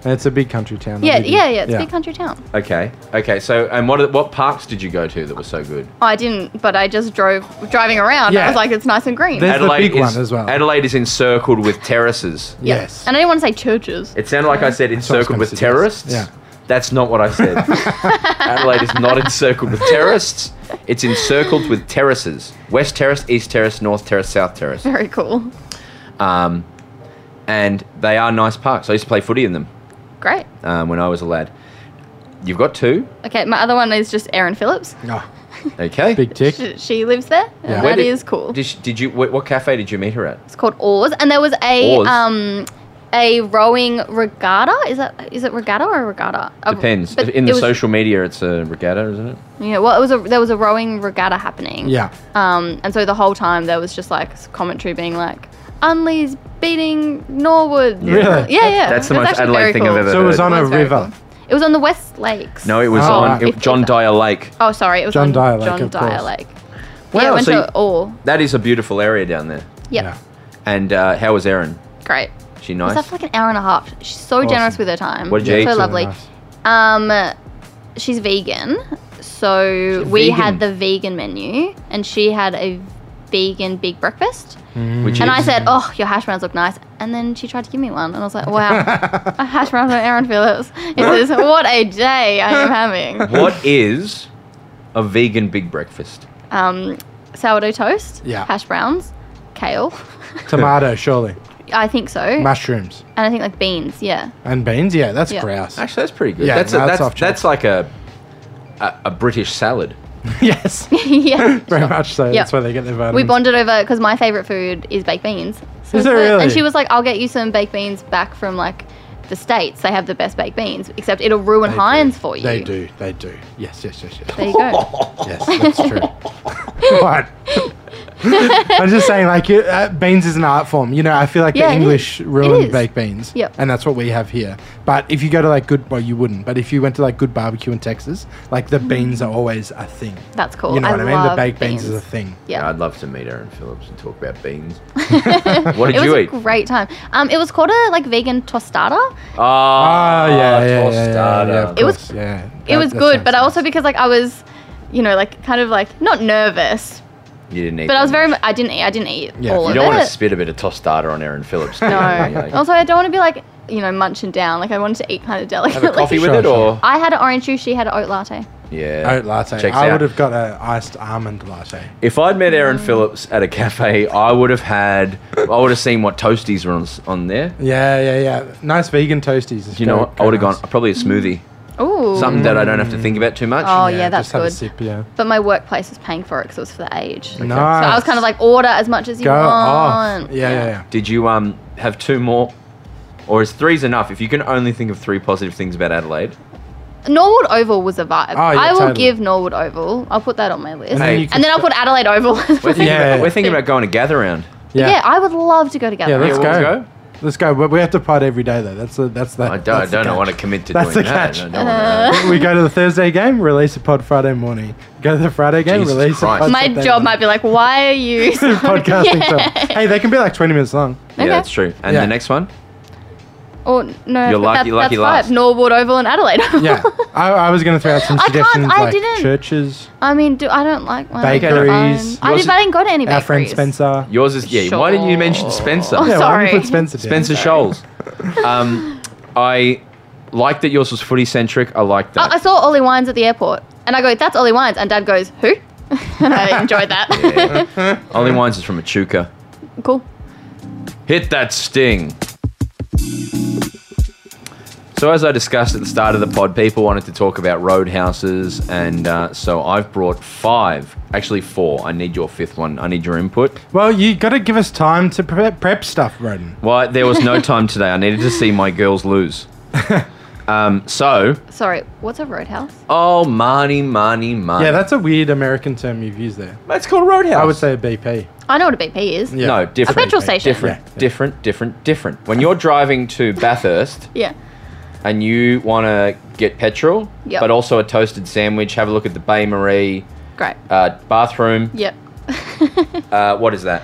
it's a big country town. yeah, I'm with you. yeah, yeah. It's a big country town. Okay. Okay. So, and what are- what parks did you go to that were so good? Oh, I didn't, but I just drove driving around. I Yeah. was like, it's nice and green. There's- That's the big is, one as well. Adelaide is encircled with terraces. Yeah. Yes. And I didn't want to say churches. It sounded like I said what I was encircled gonna with suggest. terrorists. Yeah. That's not what I said. Adelaide is not encircled with terrorists. It's encircled with terraces. West Terrace, East Terrace, North Terrace, South Terrace. Very cool. Um, and they are nice parks. I used to play footy in them Great. um, when I was a lad. You've got two. Okay, my other one is just Erin Phillips. Ah, Okay. big tick. She, she lives there. Yeah. And Where that did- is cool. Did, she- did you? What, what cafe did you meet her at? It's called Oars, and there was a Oars? um a rowing regatta. Is that is it regatta or regatta? A- Depends. Oh, but In the it was- social media, it's a regatta, isn't it? Yeah, well, it was a there was a rowing regatta happening. Yeah. Um, and so the whole time there was just like s- commentary being like, "Unley's beating Norwood." Really? Yeah, yeah. That's the It was most actually Adelaide very thing I've ever So it was heard. on a was very river. cool. It was on the West Lakes. No, it was Oh, on right. it, If- John if- Dyer Lake. Oh, sorry, it was John on Dyer Lake, John of Dyer course. Lake. yeah, Wow, I went so you- to Orr. That is a beautiful area down there. Yep. Yeah. And uh, how was Erin? Great. She It nice. was that for like an hour and a half. She's so generous with her time. What did you so eat? So lovely. nice. Um, she's vegan, so She's we vegan. had the vegan menu, and she had a vegan big breakfast. Which And I is- said, "Oh, your hash browns look nice." And then she tried to give me one, and I was like, "Wow, a hash brown from Aaron Phillips. It says, what a day I am having." what is a vegan big breakfast? Um, sourdough toast, Yeah. hash browns, kale, Tomato, surely. I think so. Mushrooms and I think like beans, yeah. and beans. Yeah, that's Yeah. grouse. Actually, that's pretty good. Yeah, that's a, no, it's that's off that's, like track. a, a a British salad. yes, yeah. very much so. That's where they get their vitamins. We bonded over because my favorite food is baked beans. So it's Is it the- really? And she was like, "I'll get you some baked beans back from like the states. They have the best baked beans, except it'll ruin They do. Heinz for you." They do. They do. Yes, yes, yes, yes. There you go. Yes, that's true. what? I'm just saying, like, it, uh, beans is an art form. You know, I feel like Yeah, the it is. English It ruined is. baked beans. Yep. And that's what we have here. But if you go to, like, good, well, you wouldn't, but if you went to, like, good barbecue in Texas, like, the beans are always a thing. That's cool. You know I what I mean? The love baked beans. is a beans. thing. yeah. I'd love to meet Aaron Phillips and talk about beans. what did It was you a eat? great time. Um, it was called a like vegan tostada. Ah, Oh, yeah, yeah, yeah, yeah, yeah, tostada. yeah, of It was- course, yeah. It That- was that good, sounds but I also nice. because like I was, you know, like kind of like not nervous, You didn't eat. but I was that very. much. mu- I didn't eat. I didn't eat Yeah. all You of You don't it. want to spit a bit of tostada on Aaron Phillips. do you? no. Like, also, I don't want to be like you know munching down. Like I wanted to eat kind of have a delicately. coffee with Sure, it, or I had an orange juice. She had an oat latte. yeah, Oat Oh, latte. Checks I out. would have got an iced almond latte. If I'd met Aaron Phillips at a cafe, I would have had. I would have seen what toasties were on, s- on there. Yeah, yeah, yeah. Nice vegan toasties. is Do you know very- what? I would have very gone nice. probably a smoothie, Ooh. something that I don't have to think about too much. Oh yeah, that's just have good. A sip, yeah. But my workplace was paying for it because it was for the age. So Nice. I was kind of like, order as much as you go want. off. Yeah, yeah, yeah. Did you um have two more, or is three's enough? If you can only think of three positive things about Adelaide, Norwood Oval was a vibe. Oh, yeah, I will totally. give Norwood Oval. I'll put that on my list. And And, then Hey. you can then I'll put Adelaide Oval. as we're well. thinking, Yeah. about, we're thinking about going to gather round. yeah. I would love to go together. Yeah, let's Yeah, we'll go. go. Let's go. But we have to pod every day though. That's the that's the. I don't, I that's the don't want to catch. commit to That's doing the that. catch. I don't Uh, wanna- uh, we go to the Thursday game, release a pod Friday morning. Go to the Friday game, Jesus release Christ. a pod. my Saturday job might morning. be like, why are you so- podcasting. Yeah. Film. Hey, they can be like twenty minutes long. Yeah, Okay. that's true. And Yeah. the next one, Or Oh, no, You're but lucky- that- lucky that's last. Five. Norwood Oval and Adelaide. Oval. Yeah, I, I was gonna throw out some I can't- suggestions I like didn't- churches, I mean, do I don't like when I go to bakeries. phone. I, did, Yours- but I didn't go to any bakeries. Our friend Spencer. yours is yeah. Why didn't you mention Sure. Spencer? Oh, yeah, why don't you sorry. put Spencer. down? Spencer Scholes. Um, I like that yours was footy centric. I like I, that. I saw Ollie Wines at the airport, and I go, "That's Ollie Wines," and Dad goes, "Who?" and I enjoyed that. Only Wines is from Echuca. cool. Hit that sting. So, as I discussed at the start of the pod, people wanted to talk about roadhouses, and uh, so I've brought five, actually four. I need your fifth one. I need your input. Well, you got to give us time to prep, prep stuff, Roden. Why? There was no time today. I needed to see my girls lose. Um, so, Sorry, what's a roadhouse? oh, Marnie, Marnie, Marnie. Yeah, that's a weird American term you've used there. that's called roadhouse. I would say a BP. I know what a BP is. Yeah. No, A different. petrol station. Different, different, different, different. When you're driving to Bathurst Yeah. and you want to get petrol, Yep. but also a toasted sandwich, have a look at the Bay Marie Great. uh, bathroom. Yep. Uh, what is that?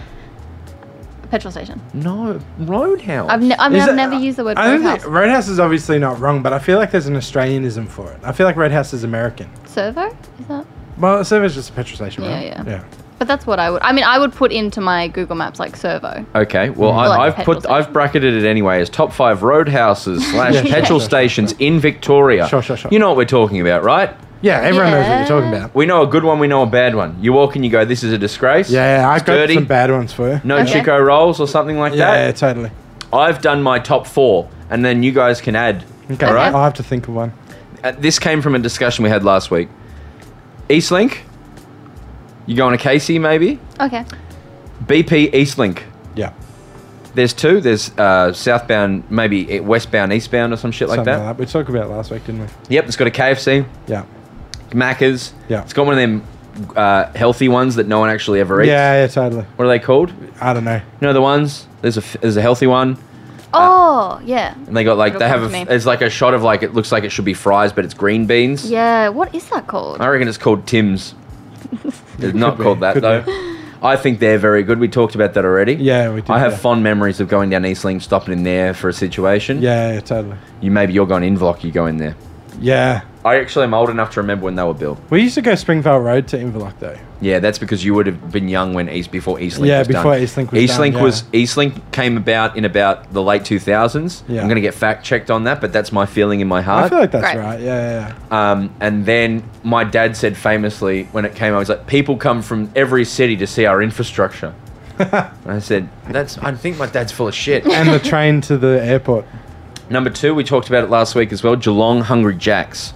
Petrol station. No, Roadhouse. I've ne- I mean, Is I've it- never used the word I don't roadhouse. Think, roadhouse is obviously not wrong, but I feel like there's an Australianism for it. I feel like roadhouse is American. Servo? Is that? Well, so is just a petrol station, Yeah, right? yeah. yeah. But that's what I would. I mean, I would put into my Google Maps like servo. okay, well, Like I, I've petrol put, station. I've bracketed it anyway as top five roadhouses slash Yeah, sure, petrol sure, sure, stations in Victoria. Sure, sure, sure. You know what we're talking about, right? Yeah, everyone knows what Yeah. you're talking about. We know a good one, we know a bad one. You walk and you go, this is a disgrace. Yeah, yeah, I've it's got dirty. some bad ones for you. No Okay. Chico rolls or something like that. yeah, yeah, totally. I've done my top four, and then you guys can add. Okay, All right. right. I'll have to think of one. Uh, this came from a discussion we had last week. Eastlink. You going to Casey maybe? Okay. BP Eastlink. Yeah, There's two. There's uh, southbound, maybe uh, westbound, eastbound, or some shit like something that. like that. We talked about it last week, didn't we? Yep, it's got a KFC, Yeah, Macca's. Yeah. It's got one of them uh, healthy ones that no one actually ever eats. yeah, yeah, totally. What are they called? You I don't know. know the ones? There's a f- there's a healthy one, Oh yeah. and they got like It'll they come have to a, me. f- it's like a shot of like it looks like it should be fries, but it's green beans. Yeah. What is that called? I reckon it's called Tim's. It's not be, called that could though. I think they're very good. We talked about that already. Yeah, we did, I have yeah. fond memories of going down Eastlink, stopping in there for a situation. Yeah, yeah, totally. You maybe you're going Inverloch, you go in there. Yeah, I actually am old enough to remember when they were built. we used to go Springvale Road to Inverloch though. Yeah, that's because you would have been young when East before Eastlink. Yeah, was before done. Eastlink was Eastlink done, was Eastlink came about in about the late 2000s. Yeah. I'm going to get fact checked on that, but that's my feeling in my heart. I feel like that's Great. right. Yeah, yeah, Um, and then my dad said famously when it came, I was like, people come from every city to see our infrastructure. I said, "That's. I think my dad's full of shit." and the train to the airport. Number two, we talked about it last week as well. Geelong Hungry Jacks.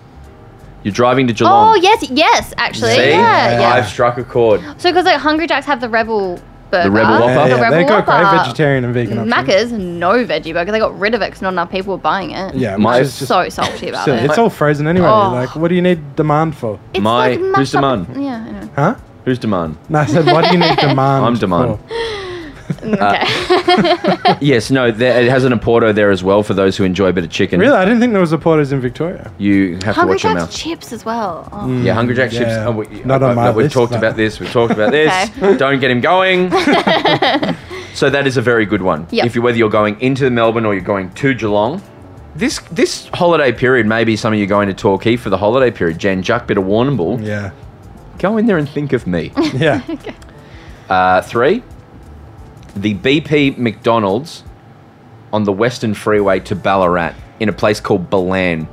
You're driving to Geelong. Oh yes, yes, actually, See, yeah, yeah. I've struck a chord. So because like Hungry Jacks have the Rebel burger, Rebel Whopper? Yeah, Proper yeah, the Rebel They've got Whopper. great vegetarian and vegan options. Macca's no veggie burger. They got rid of it because not enough people were buying it. Yeah, My- my it's just so salty about silly. it. It's all frozen anyway. Oh. Like, what do you need demand for? It's My- like mashed who's the up- man? Yeah, I know. Huh? Who's demand? No, I said, what do you need demand? I'm demand. for? Okay. yes, no, there, it has an Oporto there as well for those who enjoy a bit of chicken. Really, I didn't think there was a Porter's in Victoria. You have Hungry to watch your mouth. Jack's chips as well. Oh. Mm. Yeah, Hungry Jack Yeah. chips. Oh, we, Not I- on my I- We've list, talked though. about this. We've talked about this. Don't get him going. so that is a very good one. Yep. If you whether you're going into Melbourne or you're going to Geelong, this this holiday period, maybe some of you going to Torquay for the holiday period, Jan Juck, bit of Warrnambool. Yeah. Go in there and think of me. Yeah. uh, three. The BP McDonald's on the Western Freeway to Ballarat in a place called Balan.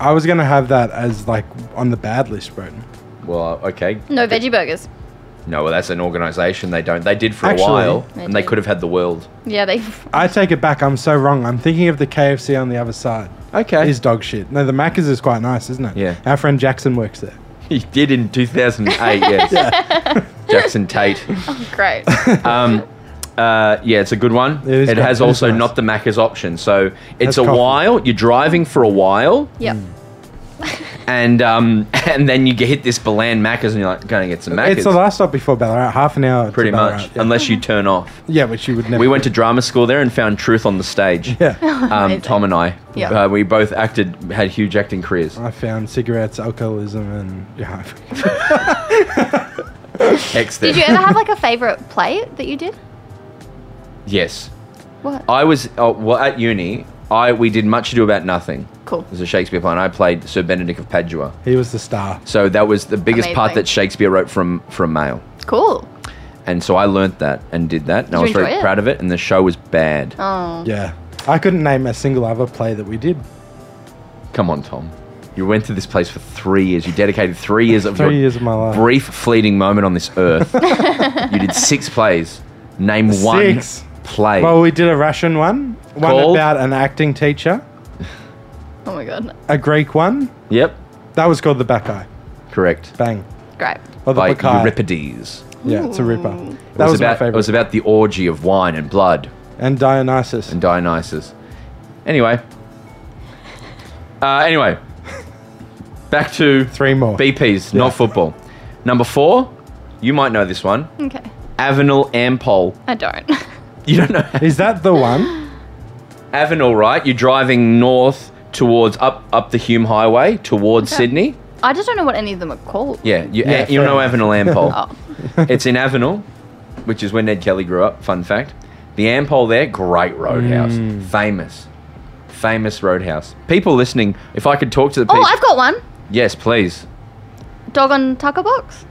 I was going to have that as, like, on the bad list, bro. Well, okay. No veggie burgers. No, well, that's an organisation. They don't. They did for Actually- a while, They and they did. could have had the world. Yeah, they. I take it back. I'm so wrong. I'm thinking of the KFC on the other side. Okay. Is dog shit. No, the Macca's is quite nice, isn't it? Eh. Yeah. Our friend Jackson works there. He did in 2008. Yes. Jackson Tate. Great. Um, uh, yeah, it's a good one. It, It is good. has It is also nice. not the Macca's option, so it's Has a coffee. while. You're driving for a while, Yep. and um, and then you get hit this Balan Macca's, and you're like, going to get some Macca's. It's the last stop before Ballarat. Half an hour. to pretty Ballarat, much, Yeah. unless you turn off. yeah, which you would never. We went to drama school there and found truth on the stage. Yeah. Um, Amazing. Tom and I, Yeah. uh, we both acted, had huge acting careers. I found cigarettes, alcoholism, and yeah. Ex Did there. you ever have like a favorite play that you did? Yes. What? I was oh, well at uni. I we did much ado about nothing. Cool. It was a Shakespeare play, and I played Sir Benedict of Padua. He was the star. So that was the biggest part Amazing. that Shakespeare wrote from from male. Cool. And so I learnt that and did that, and I you was very enjoy it? proud of it. And the show was bad. Oh. Yeah. I couldn't name a single other play that we did. Come on, Tom. You went to this place for three years. You dedicated three years of Three your years of my life. brief, fleeting moment on this earth. you did six plays. Name one Six. play. Well, we did a Russian one, one Called? about an acting teacher, Oh my god. a Greek one. yep, That was called the Bacchae. Bang. correct. Bang. Great. Or the By Bacchae. Euripides. Yeah, it's a ripper. Ooh. That was, about, my favorite. It was about the orgy of wine and blood. and Dionysus. and Dionysus. Anyway. Uh, anyway. Back to Three more. BPs, not football. Number four, you might know this one. Okay. Avenel Ampol. I don't. You don't know Is that the one? Avenel, right? You're driving north towards up up the Hume Highway towards Sydney. I just don't know what any of them are called. Yeah, you Yeah, you fair know enough. Avenel Ampol. Oh. it's in Avenel, which is where Ned Kelly grew up. Fun fact: the Ampol there, great roadhouse, Mm. famous, famous roadhouse. People listening, if I could talk to the people, Oh, I've got one. Yes, please. Dog on Tucker Box.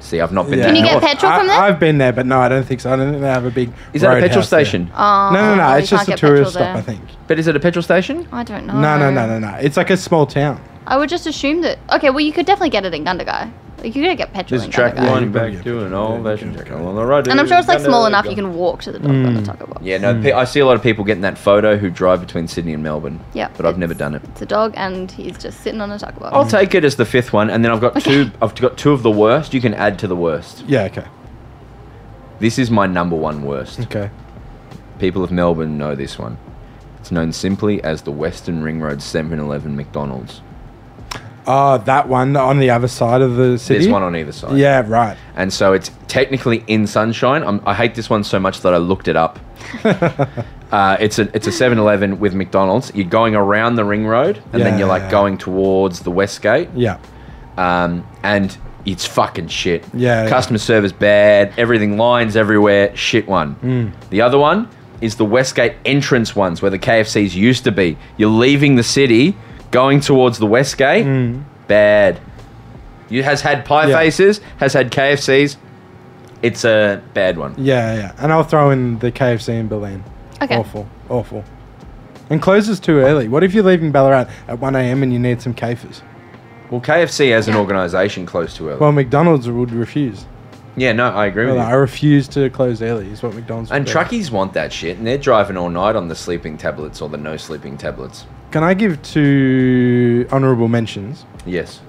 See, I've not been there. Yeah. Can you get north. petrol I, from there? I've been there, but no, I don't think so. I don't think they have a big. Is that a petrol roadhouse there. station? Oh, No, no, no. you it's just a can't get petrol tourist stop, there. I think. But is it a petrol station? I don't know. No, no, no, no, no. It's like a small town. I would just assume that. Okay, well, you could definitely get it in Gundagai. Like, you could get petrol There's a in track Gundagai. line you better back get to an old fashioned track petrol. on the road. And I'm sure it's like small enough you can walk to the dog Mm. on the Tucker Box. Yeah, Hmm. no. pe I see a lot of people getting that photo who drive between Sydney and Melbourne. Yep, but I've it's- never done Hmm. it. It's a dog, and he's just sitting on a Tucker Box. I'll take it as the fifth one, and then I've got two. I've got two of the worst. You can add to the worst. Yeah, okay. This is my number one worst. Okay. People of Melbourne know this one. It's known simply as the Western Ring Road 7-Eleven McDonald's. Oh, that one on the other side of the city? There's one on either side. Yeah, right. and so it's technically in sunshine. I'm, I hate this one so much that I looked it up. uh, it's a it's a 7-Eleven with McDonald's. You're going around the ring road, and then Yeah. you're like going towards the west gate, Yeah. um, and it's fucking shit. Yeah, yeah. customer service bad. Everything lines everywhere. Shit one. Hmm. The other one is the Westgate entrance ones where the KFCs used to be. You're leaving the city, going towards the Westgate. Bad. You has had pie Hmm. Yeah. faces, has had KFCs. It's a bad one. Yeah, yeah. And I'll throw in the KFC in Berlin. Okay. Awful. Awful. And closes too early. What if you're leaving Ballarat at 1 a.m. and you need some kafers? Well, KFC as an organisation closed too early. Well, McDonald's would refuse. Yeah, no, I agree with Well, I you. refuse to close early. Is what McDonald's. And prefer. truckies want that shit, and they're driving all night on the sleeping tablets or the no sleeping tablets. Can I give two honourable mentions? Yes.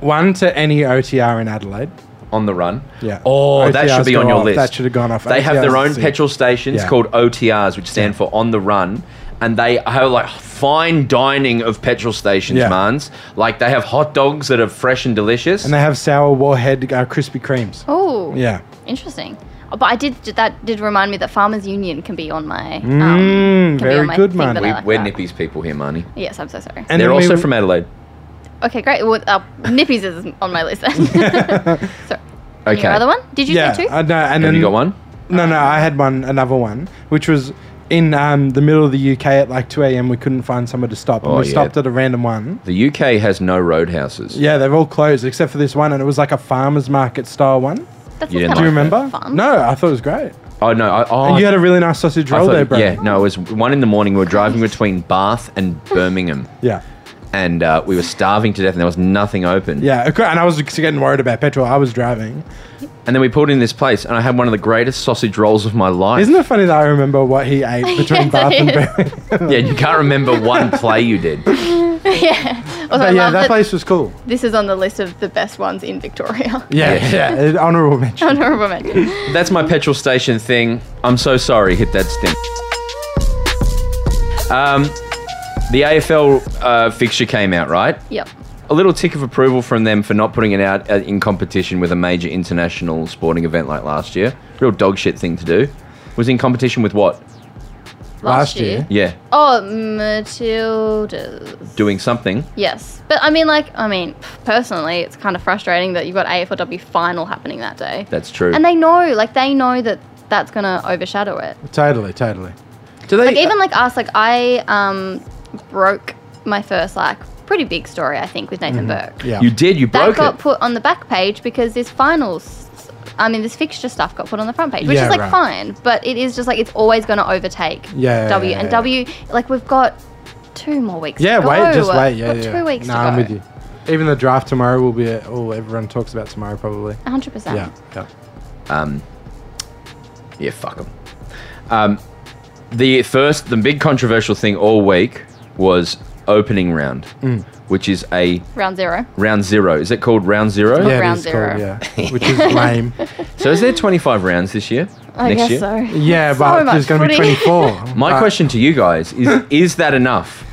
One to any OTR in Adelaide. On the run. Yeah. Oh, that OTRs should be on go your off. list. That should have gone off. They have OTRs their own is sick. petrol stations Yeah. called OTRs, which stand for on the run, and they have like fine dining of petrol stations, Yeah. mans. Like they have hot dogs that are fresh and delicious. And they have sour warhead uh, Krispy Kremes. Oh, Yeah. interesting. Oh, But I did that did remind me that Farmers Union can be on my um, Mm, can be very on my good, thing man. that I We- like We're that. Nippy's people here, Marnie. Yes, I'm so sorry. And they're then we- also from Adelaide. okay, great. Well, uh, Nippies is on my list then. sorry. Okay. Your other one? Did you Yeah. say two? I know, and Have then you got one? No, no, I had one, another one, which was in um, the middle of the UK at like 2 a.m. We couldn't find somewhere to stop, and Oh, we yeah. stopped at a random one. The UK has no roadhouses. Yeah, they're all closed except for this one, and it was like a farmers market style one. That's You not didn't Do you kinda like remember? Fun. No, I thought it was great. Oh no! I, oh, and you had a really nice sausage I roll thought- there, bro. Yeah, no, it was one in the morning. We were driving between Bath and Birmingham, yeah, and uh, we were starving to death, and there was nothing open. yeah. it cou- And I was just getting worried about petrol. I was driving. And then we pulled in this place, and I had one of the greatest sausage rolls of my life. Isn't it funny that I remember what he ate between Yes, Bath it and is. Birmingham? Yeah, you can't remember one play you did. yeah. Also, I but yeah, love that that place was cool. this is on the list of the best ones in Victoria. Yeah. Yeah, yeah. it- honorable mention. Honorable mention. That's my petrol station thing. I'm so sorry. Hit that stink. Um, the AFL uh, fixture came out, right? Yep. A little tick of approval from them for not putting it out uh, in competition with a major international sporting event like last year. Real dog shit thing to do. Was in competition with what? Last, Last year. year. Yeah, Oh, Matildas. doing something. Yes. But I mean, like, I mean, personally, it's kind of frustrating that you've got AFLW final happening that day. That's true. and they know, like, they know that that's going to overshadow it. Totally, totally. do they Like, even like us, like, I um, broke my first, like, pretty big story, I think, with Nathan Burke. Yeah. You did. You That broke got it. put on the back page because this finals. I mean, this fixture stuff got put on the front page, which Yeah, is like right. fine, but it is just like it's always going to overtake Yeah, yeah, W yeah, and yeah. W. Like we've got two more weeks. Yeah, to go. wait, just wait. Yeah, We've yeah. got two weeks. Nah, to go. I'm with you. Even the draft tomorrow will be a, oh, everyone talks about tomorrow probably. hundred percent. Yeah, yeah. Yeah, fuck them. Um, the first, the big controversial thing all week was opening round, Mm. which is a Round zero. round zero. Is it called round zero? Yeah. it round is zero. yeah, which is lame. So is there 25 rounds this year? I next guess year? so. Yeah, So but much there's going to be footy. 24. My But- question to you guys is: Is that enough?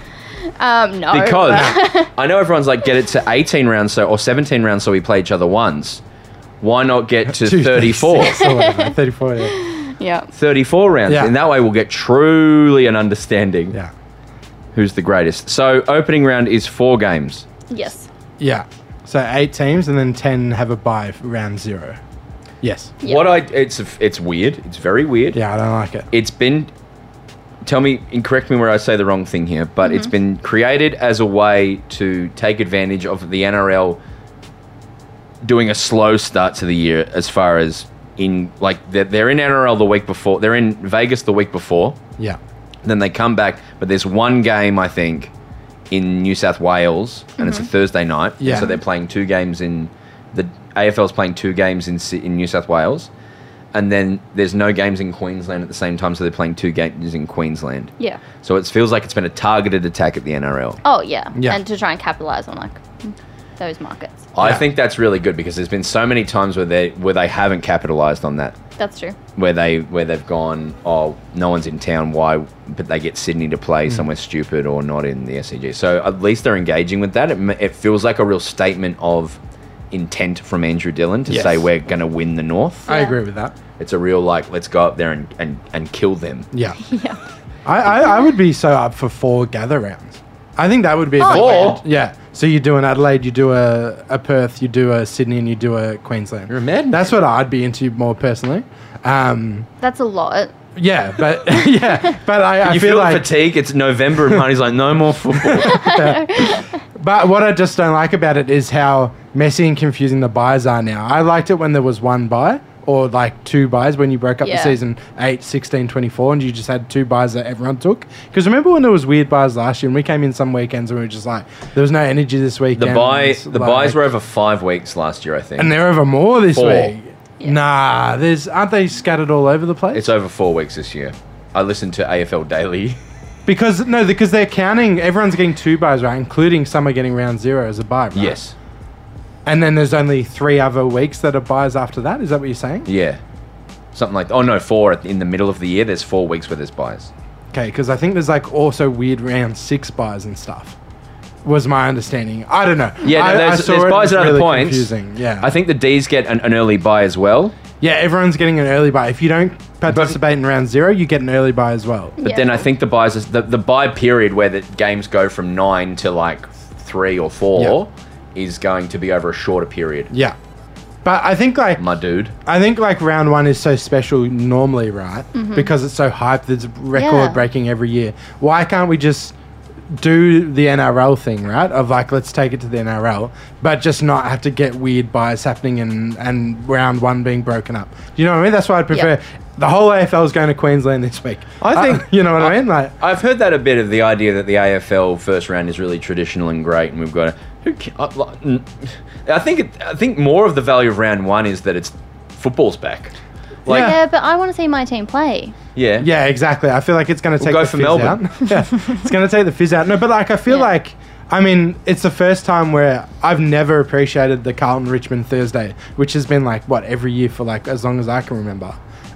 Um, no. Because but- I know everyone's like, get it to 18 rounds, so or 17 rounds, so we play each other once. Why not get to Two, 34? six or whatever, 34, yeah. yeah. 34 rounds, Yeah. and that way we'll get truly an understanding Yeah. who's the greatest. So opening round is four games. Yes. Yeah. So eight teams and then 10 have a bye for round zero. Yes. Yeah. What I it's it's weird. It's very weird. Yeah, I don't like it. It's been tell me and correct me where I say the wrong thing here, but it's been created as a way to take advantage of the NRL doing a slow start to the year as far as in like they're, they're in NRL the week before. They're in Vegas the week before. Yeah. Then they come back, but there's one game I think in New South Wales, and it's a Thursday night. and Mm-hmm. Yeah. So they're playing two games in the AFL's playing two games in Sy- in New South Wales, and then there's no games in Queensland at the same time. So they're playing two games in Queensland. Yeah. So it feels like it's been a targeted attack at the NRL. Oh yeah. Yeah. And to try and capitalize on like those markets. I Yeah. think that's really good because there's been so many times where they where they haven't capitalized on that. That's true. where they where they've gone, oh, no one's in town. Why? But they get Sydney to Hmm. play somewhere stupid or not in the SCG. So at least they're engaging with that. It, ma- it feels like a real statement of intent from Andrew Dillon to Yes. say we're going to win the North. I Yeah. agree with that. It's a real like, let's go up there and and, and kill them. Yeah. Yeah. I, I, I would be so up for four gather rounds. I think that would be a Oh, bit yeah. weird. Yeah. So you do an Adelaide, you do a, a Perth, you do a Sydney, and you do a Queensland. You're a madman. That's what I'd be into more personally. Um, That's a lot. yeah, but yeah, but I, I you feel, feel, the like. fatigue. It's November and Marty's like, no more football. But what I just don't like about it is how messy and confusing the buys are now. I liked it when there was one buy or like two buys when you broke up Yeah. the season 8, 16, 24 and you just had two buys that everyone took. Because remember when there was weird buys last year and we came in some weekends and we were just like, there was no energy this weekend. The buy It's the like- buys were over five weeks last year, I think. And they're over more this Four. week. Yeah. Nah, there's aren't they scattered all over the place? It's over four weeks this year. I listened to AFL Daily. because no, because they're counting. Everyone's getting two buys, right? Including some are getting round zero as a buy, right? yes. And then there's only three other weeks that are buys after that. Is that what you're saying? Yeah. Something like oh no, four at- in the middle of the year. There's four weeks where there's buys. Okay, because I think there's like also weird round six buys and stuff. Was my understanding? I don't know. Yeah, no, I, there's- I saw there's it, it buys was at other really points. Confusing. Yeah, I think the D's get an, an early buy as well, yeah, everyone's getting an early buy. If you don't participate in round zero, you get an early buy as well. but Yeah. then I think the buys is the, the buy period where the games go from nine to like three or four is going to be over a shorter period. Yeah, but I think like My dude. I think like round one is so special normally, right? Because it's so hyped, it's record breaking every year. Why can't we just do the NRL thing, right? Of like, let's take it to the NRL, but just not have to get weird buys happening and, and round one being broken up. You know what I mean? That's why I'd prefer. Yep. The whole AFL is going to Queensland this week. I think- you know what I, mean. Like, I've heard that a bit of the idea that the AFL first round is really traditional and great, and we've got. A, who ca- I like, n- I think it, I think more of the value of round one is that it's football's back. Like Yeah. yeah, but I want to see my team play. yeah, Yeah, exactly. I feel like it's going to take go the for fizz Melbourne. out. yeah, it's going to take the fizz out. No, but like I feel Yeah. like I mean it's the first time where I've never appreciated the Carlton Richmond Thursday, which has been like what every year for like as long as I can remember.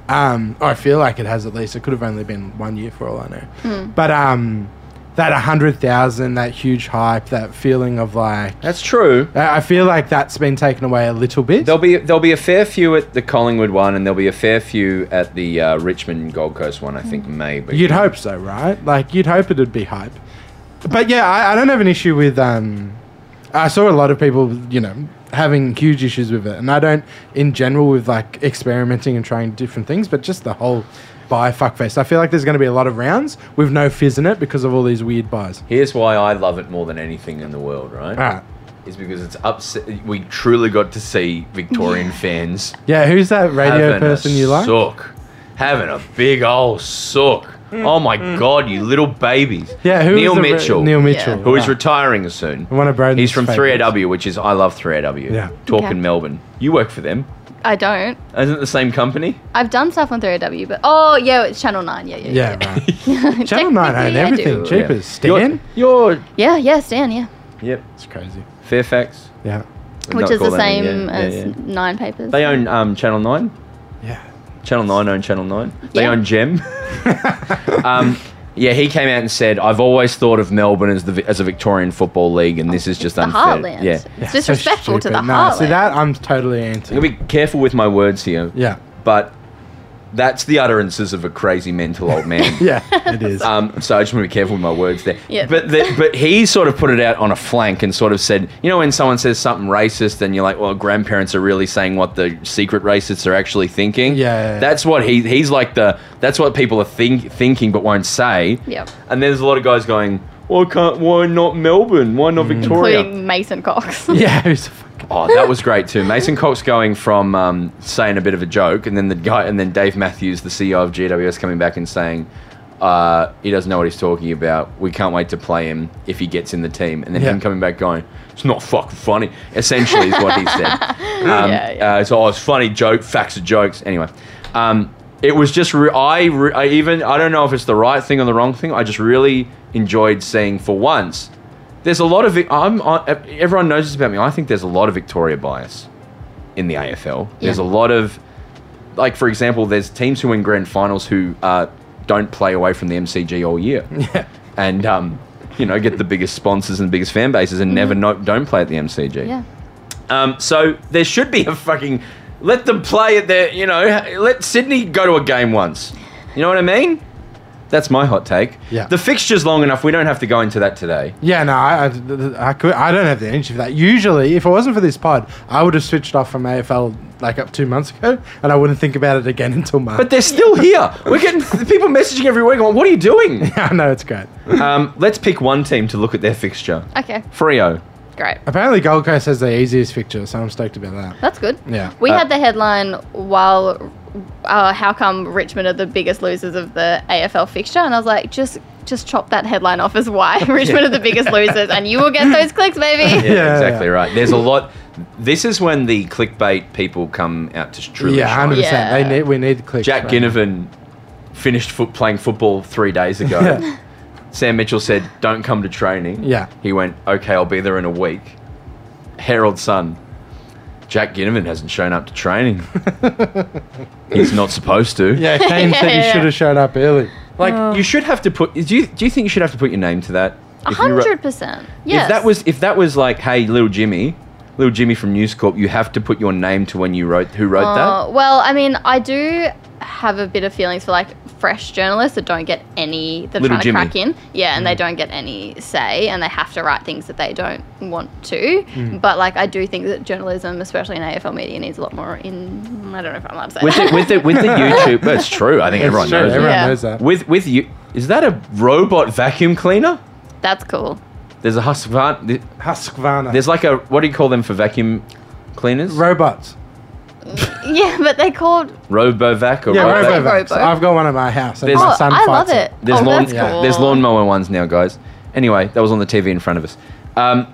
Um, or I feel like it has at least. It could have only been one year for all I know. But um, that hundred thousand, that huge hype, that feeling of like. that's true. I I feel like that's been taken away a little bit. There'll be there'll be a fair few at the Collingwood one, and there'll be a fair few at the uh, Richmond Gold Coast one. I think maybe Mm. You'd hope so, right? Like you'd hope it'd be hype. But yeah, I, I don't have an issue with. Um, I saw a lot of people, you know, having huge issues with it, and I don't, in general, with like experimenting and trying different things. But just the whole buy fuckfest. I feel like there's going to be a lot of rounds with no fizz in it because of all these weird buys. Here's why I love it more than anything in the world, right? All right. Is because it's upset. We truly got to see Victorian fans Yeah, who's that radio having person a you like? Sook, having a big old sook. oh my god, you little babies. Mm, Yeah, who is Neil the re- Mitchell, Neil Mitchell. who is right. retiring soon. One of Broden's He's from favourites. 3AW, which is I love 3AW. Yeah. Talking Okay. Melbourne. You work for them, I don't. isn't it the same company? I've done stuff on 3AW, but oh yeah, it's Channel Nine. Yeah, yeah, Yeah, yeah. right. yeah. Channel Nine owned Technically, I do. everything. Yeah. Cheapers, Stan. You're, you're Yeah, yeah, Stan. Yeah, yep, It's crazy. Fairfax. Yeah, which Not is the called any- same yeah, as yeah, yeah. Nine Papers. They own um, Channel 9. yeah. Channel 9 own Channel 9. They Yeah. own Gem. um, yeah, he came out and said, I've always thought of Melbourne as the as a Victorian football league, and this is just Oh, the unfair. Heartland. Yeah. It's So disrespectful to the stupid. Nah, Heartland. See that? I'm totally anti. I'm going to be careful with my words here. Yeah. But that's the utterances of a crazy mental old man. Yeah, it is. Um, so I just want to be careful with my words there. Yeah. But the, but he sort of put it out on a flank and sort of said, you know, when someone says something racist, then you're like, well, grandparents are really saying what the secret racists are actually thinking. Yeah, yeah, yeah. That's what he he's like the that's what people are think, thinking but won't say. Yep. And there's a lot of guys going, why can't why not Melbourne? Why Mm. not Victoria? including Mason Cox. yeah, who's the fuck? Oh, that was great too. Mason Cox going from um, saying a bit of a joke, and then the guy, and then Dave Matthews, the CEO of GWS, coming back and saying uh, he doesn't know what he's talking about. We can't wait to play him if he gets in the team, and then Yeah. him coming back going, "It's not fucking funny." Essentially, is what he said. Um, Yeah, yeah. Uh, it's oh, it's funny joke. Facts are jokes. Anyway, um, it was just re- I, re- I even I don't know if it's the right thing or the wrong thing. I just really enjoyed seeing for once there's a lot of Vic- I'm I, everyone knows this about me. I think there's a lot of Victoria bias in the AFL. There's a Yeah. lot of like for example, there's teams who win grand finals who uh, don't play away from the MCG all year. Yeah. And um, you know, get the biggest sponsors and biggest fan bases and never no, don't play at the MCG. Mm-hmm. yeah. Um, so there should be a fucking let them play at their, you know, let Sydney go to a game once. You know what I mean? That's my hot take. Yeah. The fixture's long enough. We don't have to go into that today. Yeah, no, I, I, I could. I don't have the energy for that. Usually, if it wasn't for this pod, I would have switched off from AFL like up two months ago, and I wouldn't think about it again until March. But they're still here. We're getting people messaging every week. Going, what are you doing? I know it's great. Um, let's pick one team to look at their fixture. Okay. Frio. Great. Apparently, Gold Coast has the easiest fixture, so I'm stoked about that. That's good. Yeah. We Uh, had the headline while uh, how come Richmond are the biggest losers of the AFL fixture and I was like just just chop that headline off as why Richmond are the biggest losers and you will get those clicks baby. Yeah, exactly yeah. right. There's a lot. this is when the clickbait people come out to truly yeah, shine. hundred percent. They Yeah. need we need clicks. Jack right? Ginnivan finished foot playing football three days ago. Yeah. Sam Mitchell said, "Don't come to training." Yeah. He went, "Okay, I'll be there in a week." Herald Sun. Jack Ginnivan hasn't shown up to training. He's not supposed to. Yeah, Kane said he Yeah. should have showed up early. Like Oh. you should have to put. Do you do you think you should have to put your name to that? A If you wrote- hundred percent. Yes. If that was if that was like, hey, little Jimmy, little Jimmy from News Corp, you have to put your name to when you wrote who wrote Uh, well, I mean, I do have a bit of feelings for like fresh journalists that don't get any. They're Little trying to Jimmy. Mm. crack in, yeah, and they don't get any say, and they have to write things that they don't want to. Mm. But like, I do think that journalism, especially in AFL media, needs a lot more. In I don't know if I'm allowed to say that. With that. the, with the with the YouTube, that's true. I think everyone Sure, knows. everyone Yeah. knows It. that. With with you, is that a robot vacuum cleaner? That's cool. There's a Husqvarna. Husqvarna. There's like a what do you call them for vacuum cleaners? robots. Yeah, but they called. Robovac or Yeah, Robo- robots. Robo. I've got one at my house. And There's- my Oh, son I love fights it. There's oh, lawn that's Yeah. cool. there's lawnmower ones now, guys. Anyway, that was on the TV in front of us. Um,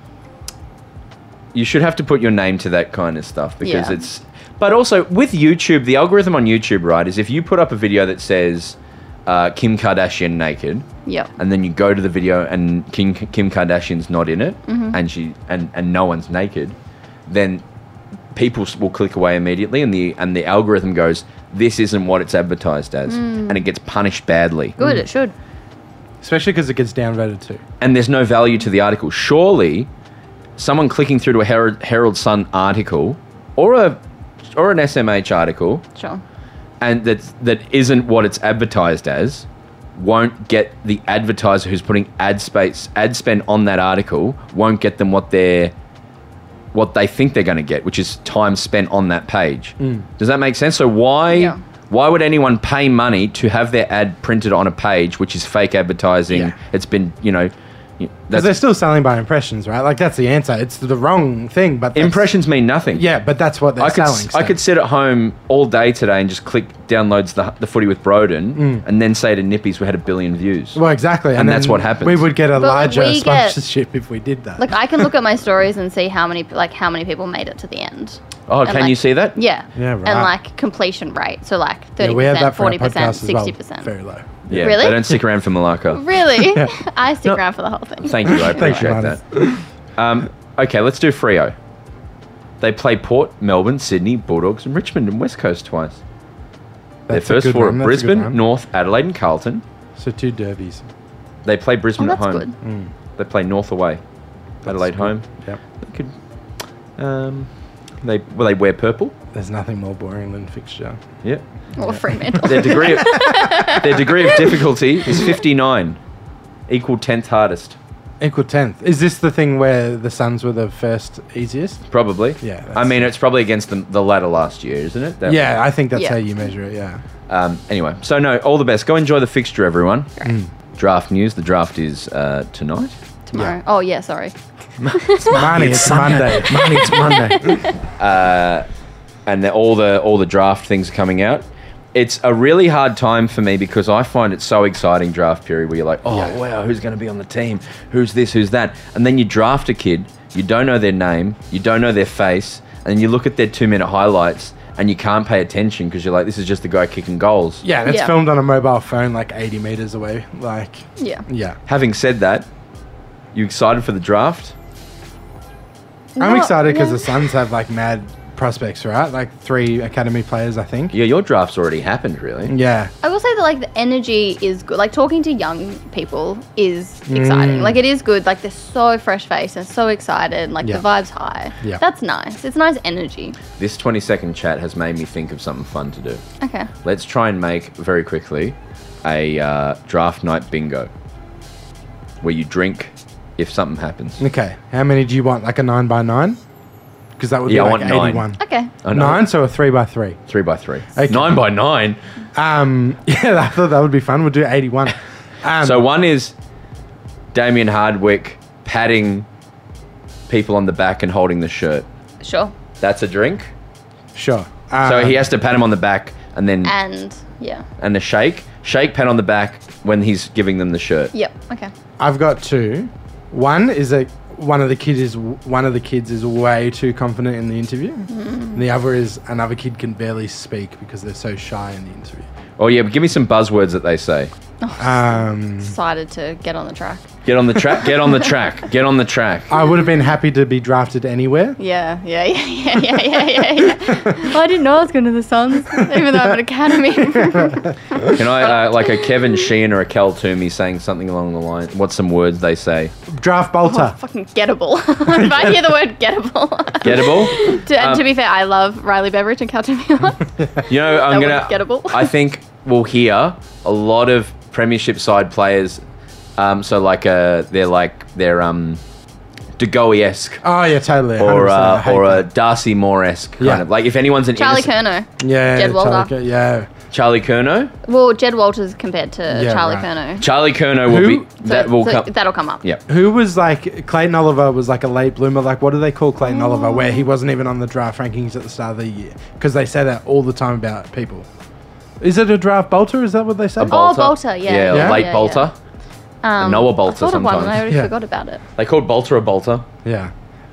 you should have to put your name to that kind of stuff because Yeah. it's. But also with YouTube, the algorithm on YouTube, right, is if you put up a video that says uh, Kim Kardashian naked, Yep. and then you go to the video and Kim, Kim Kardashian's not in it, Mm-hmm. and she and, and no one's naked, then people s- will click away immediately, and the and the algorithm goes, this isn't what it's advertised as, Mm. and it gets punished badly Good. It should. Especially because it gets downvoted too. and there's no value to the article. Surely, someone clicking through to a Herald, Herald Sun article or a or an SMH article Sure. and that that isn't what it's advertised as won't get the advertiser who's putting ad space ad spend on that article won't get them what they're what they think they're going to get, which is time spent on that page. Mm. Does that make sense? So why Yeah. why would anyone pay money to have their ad printed on a page which is fake advertising? Yeah. It's been you know y- Because they're that's, still selling by impressions, right? Like that's the answer. It's the wrong thing, but that's- impressions mean nothing. Yeah, but that's what they're I could, selling. I so- could sit at home all day today and just click downloads the, the footy with Broden Mm. and then say to Nippies we had a billion views. Well, exactly, And that's then what happens. We would get a But larger we get- sponsorship if we did that. Like I can look at my stories and see how many like how many people made it to the end. oh, and can like- you see that? Yeah. Yeah, right. And like completion rate. So like 30%, yeah, we have that for our 40%, podcast as well. 60%. Very low. Yeah, Really? They don't stick around for Malacca. Really? Yeah. I stick No. around for the whole thing. Oh, Thank you. I Thank you, appreciate that. Um, okay, let's do Frio. They play Port, Melbourne, Sydney, Bulldogs, and Richmond and West Coast twice. That's a Their first good four one, are that's a good Brisbane, one. North, Adelaide, and Carlton. So two derbies. They play Oh, Brisbane at that's home. good. They play North away. Adelaide home. Yep. They could. Um, they well, they wear purple. There's nothing more boring than fixture. Yeah. Mm. Or Fremantle. Their degree of their degree of difficulty is fifty nine, equal tenth hardest. Equal tenth. Is this the thing where the Suns were the first easiest? Probably. Yeah, I that's- mean, it's probably against the, the latter last year, isn't it? That- Yeah, I think that's Yeah. how you measure it. Yeah. Um, anyway, so no, all the best. Go enjoy the fixture, everyone. Mm. Draft news. The draft is uh, tonight. Tomorrow. Oh, yeah, sorry. Money. It's Monday. Money, it's Monday. and the, all the all the draft things are coming out. It's a really hard time for me because I find it so exciting draft period where you're like, oh wow, who's going to be on the team? Who's this? Who's that? And then you draft a kid, you don't know their name, you don't know their face, and you look at their two minute highlights and you can't pay attention because you're like, this is just the guy kicking goals. Yeah, and it's Yeah. filmed on a mobile phone like 80 meters away. Like, Yeah. yeah. Having said that, you excited for the draft? I'm No, excited because yeah. the Suns have like mad prospects, right? Like three academy players, I think. Yeah, your draft's already happened, really. Yeah. I will say that like the energy is good. Like talking to young people is Mm. exciting. Like it is good. Like they're so fresh faced and so excited. And, like Yeah. the vibe's high. Yeah. That's nice. It's nice energy. This 20 second chat has made me think of something fun to do. Okay. Let's try and make very quickly a uh, draft night bingo where you drink if something happens. Okay. How many do you want? Like a nine by nine? Because that would Yeah, I be want like nine. 81. Okay. Oh, no. Nine, so a three by three. Three by three. Okay. Nine by nine. Um, yeah, I thought that would be fun. We'll do 81. Um, So one is Damien Hardwick patting people on the back and holding the shirt. Sure. That's a drink. sure. Um, So he has to pat him on the back and then And yeah. and a shake. Shake pat on Mm. the back when he's giving them the shirt. Yep. Okay. I've got two. One is a one of the kids is one of the kids is way too confident in the interview, Mm-hmm. and the other is another kid can barely speak because they're so shy in the interview. Oh yeah, but give me some buzzwords that they say. Um, Decided to get on the track. Get on the track. Get on the track. Get on the track. I would have been happy to be drafted anywhere. Yeah, yeah, yeah, yeah, yeah, yeah, yeah. yeah. well, I didn't know I was going to the Suns, even though I'm an academy. Can I uh, like a Kevin Sheehan or a Cal Toomey saying something along the line? What's some words they say? Draft Bolter. Fucking gettable. if I hear the word gettable. Gettable. to, and Um, to be fair, I love Riley Beveridge and Cal Toomey. You know, I'm gonna. That one's gettable. I think we'll hear a lot of Premiership side players. Um, so like uh, they're like they're um, De Goey-esque Oh yeah, totally. or 100%, I uh, hate or a that. Darcy Moore-esque kind Yeah. of like if anyone's an Charlie innocent- Kerno. yeah, Jed Walter. totally, yeah. Charlie Kerno. Well, Jed Walters compared to Yeah, Charlie right. Kerno. Charlie Kerno will Who? be that will come. That'll come up. Yeah. Who was like Clayton Oliver was like a late bloomer. Like, what do they call Oh. Clayton Oliver? Where he wasn't even on the draft rankings at the start of the year because they say that all the time about people. Is it a draft bolter? Is that what they say? bol- Oh, Bolter, yeah. Yeah, Yeah? late Yeah, Bolter. Um, Noah Bolter I thought of one and I sometimes. already Yeah. forgot about it. They called Bolter a Bolter. yeah.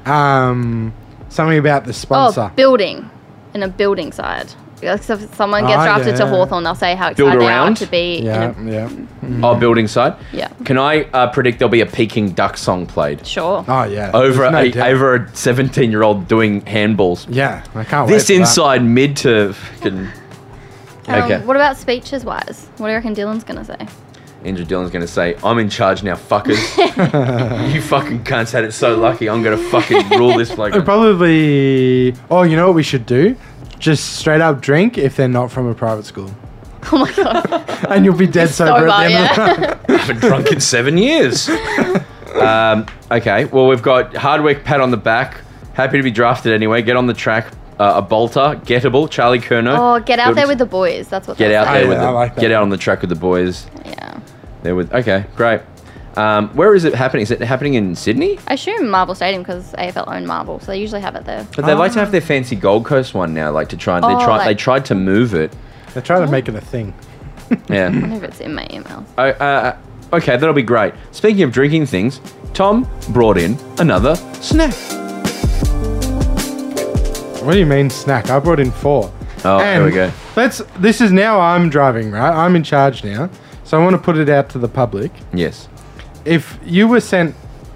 Um, something about the Oh, sponsor. building. In a building side. Because if someone gets Ah, drafted to yeah. Hawthorn, they'll say how Build excited they are around? to be yeah, in yeah. Mm-hmm. Oh, building side. a... Yeah. Can I uh, predict there'll be a Peking duck song played Sure. Oh yeah. over There's no a, doubt. over a seventeen year old doing handballs? Yeah, I can't. This wait for that. inside mid to fucking. Um, Okay. What about speeches wise? What do you reckon Dylan's going to say? Andrew Dillon's gonna say, "I'm in charge now, fuckers. you fucking cunts had it so lucky. I'm gonna fucking rule this Uh, playground." Probably. Oh, you know what we should do? Just straight up drink if they're not from a private school, Oh my god. and you'll be dead sober. Sorry at the about end of the- yeah. Haven't drunk in seven years. um, okay. Well, we've got Hardwick pat on the back. Happy to be drafted anyway. Get on the track. Uh, a bolter, gettable. Charlie Kerno. Oh, get out there with the boys. That's what Get they'll out Oh, there yeah, with I the, like that. get out on the track with the boys. say. Yeah. There with okay, great. Um, where is it happening? Is it happening in Sydney? I assume Marble Stadium because AFL own Marble, so they usually have it there. Ah. But they like to have their fancy Gold Coast one now. Like to try and Oh, they tried like- they tried to move it. They're trying to make it a thing. Yeah. I wonder if it's in my emails. Oh, uh, uh, okay, that'll be great. Speaking of drinking things, Tom brought in another snack. What do you mean snack? I brought in four. Oh, there we go. Let's. This is now I'm driving, right? I'm in charge now, so I want to put it out to the public. Yes. If you were sent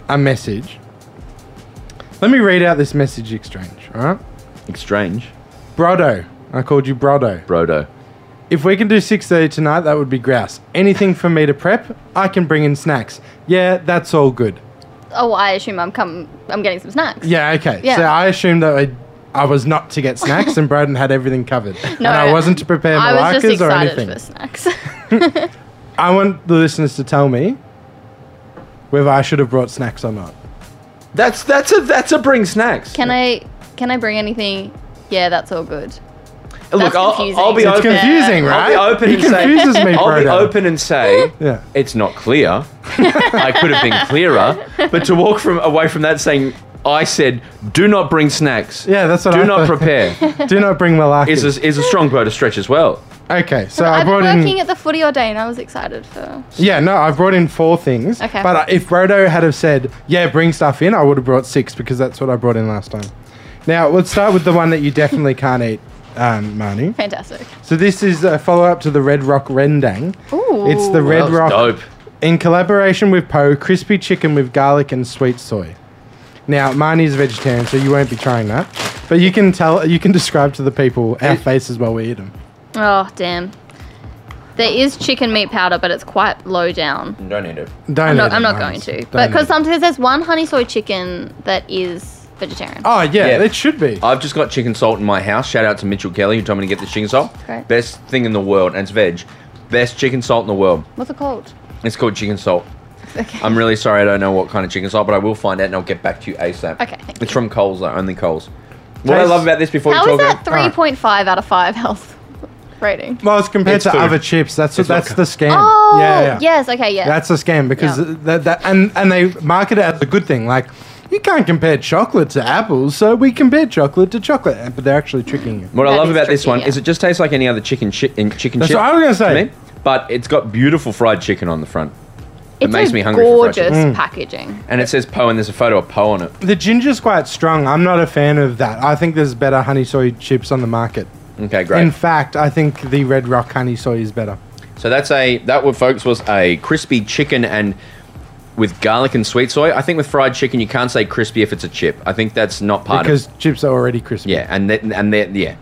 a message, let me read out this message exchange. All right, Exchange. Brodo. I called you Brodo. Brodo. If we can do 6.30 tonight, that would be grouse. Anything for me to prep, I can bring in snacks. Yeah, that's all good. Oh, I assume I'm come. I'm getting some snacks. Yeah, okay. Yeah. So I assumed that I, I was not to get snacks and Broden had everything covered. and I wasn't to prepare I was just maracas or excited anything. for snacks. I want the listeners to tell me whether I should have brought snacks or not. That's that's a that's a bring snacks. can I? Can I bring anything? Yeah, that's all good. Look, I'll, confusing. I'll be It's It's open. confu- confusing, I'll right? be open he and say- confuses me, I'll Brodo. be open and say Yeah. it's not clear. I could have been clearer, but to walk from away from that saying I said do not bring snacks. Yeah, that's what do I not thought. prepare Do not bring malarkey. is a, is a strong bow to stretch as well. okay, so I I've brought been in... working at the footy all day, and I was excited for. Yeah, no, I've brought in four things. Okay. But uh, if Brodo had have said, yeah, bring stuff in, I would have brought six because that's what I brought in last time. Now, let's start with the one that you definitely can't eat, um, Marnie. Fantastic. So this is a follow-up to the Red Rock Rendang. Ooh. It's Well, the Red that was Rock... Dope. In collaboration with Poe, crispy chicken with garlic and sweet soy. Now, Marnie's a vegetarian, so you won't be trying that. But you can tell, you can describe to the people our faces while we eat them. Oh damn. There is chicken meat powder, but it's quite low down. Don't need it. Don't. I'm eat not, I'm it, not Marnie. going to. Don't But eat it. because sometimes there's one honey soy chicken that is vegetarian. Oh yeah, Uh, Yeah. it should be. I've just got chicken salt in my house. Shout out to Mitchell Kelly who told me to get this chicken salt. Great. Best thing in the world, and it's veg. Best chicken salt in the world. What's it called? It's called chicken salt. I'm really sorry I don't know what kind of chicken salt, but I will find out and I'll get back to you ASAP. Okay, thank It's you. from Coles though, only Coles. What I Tastes- love about this before How you is talk that about- Alright. 3.5 out of 5 health rating? Well, it's compared It's to food. other chips. That's It's that's not the scam. Oh, yeah, yeah. yes. Okay, yeah. That's a scam because Yeah. that, that and and they market it as a good thing. Like you can't compare chocolate to apples, so we compare chocolate to chocolate, and- but they're actually tricking you. What I That love is about this tricky, one yeah. is it just tastes like any other chicken chi- in chicken That's chip. what I was gonna to say. me, But it's got beautiful fried chicken on the front. It's makes a me hungry for gorgeous Mm. freshies. packaging. And it says Poe, and there's a photo of Poe on it. The ginger's quite strong. I'm not a fan of that. I think there's better honey soy chips on the market. Okay, Mm, great. In fact, I think the Red Rock honey soy is better. So that's a that what folks was a crispy chicken and with garlic and sweet soy. I think with fried chicken you can't say crispy if it's a chip. I think that's not part because of chips are already crispy. yeah, and that and that yeah.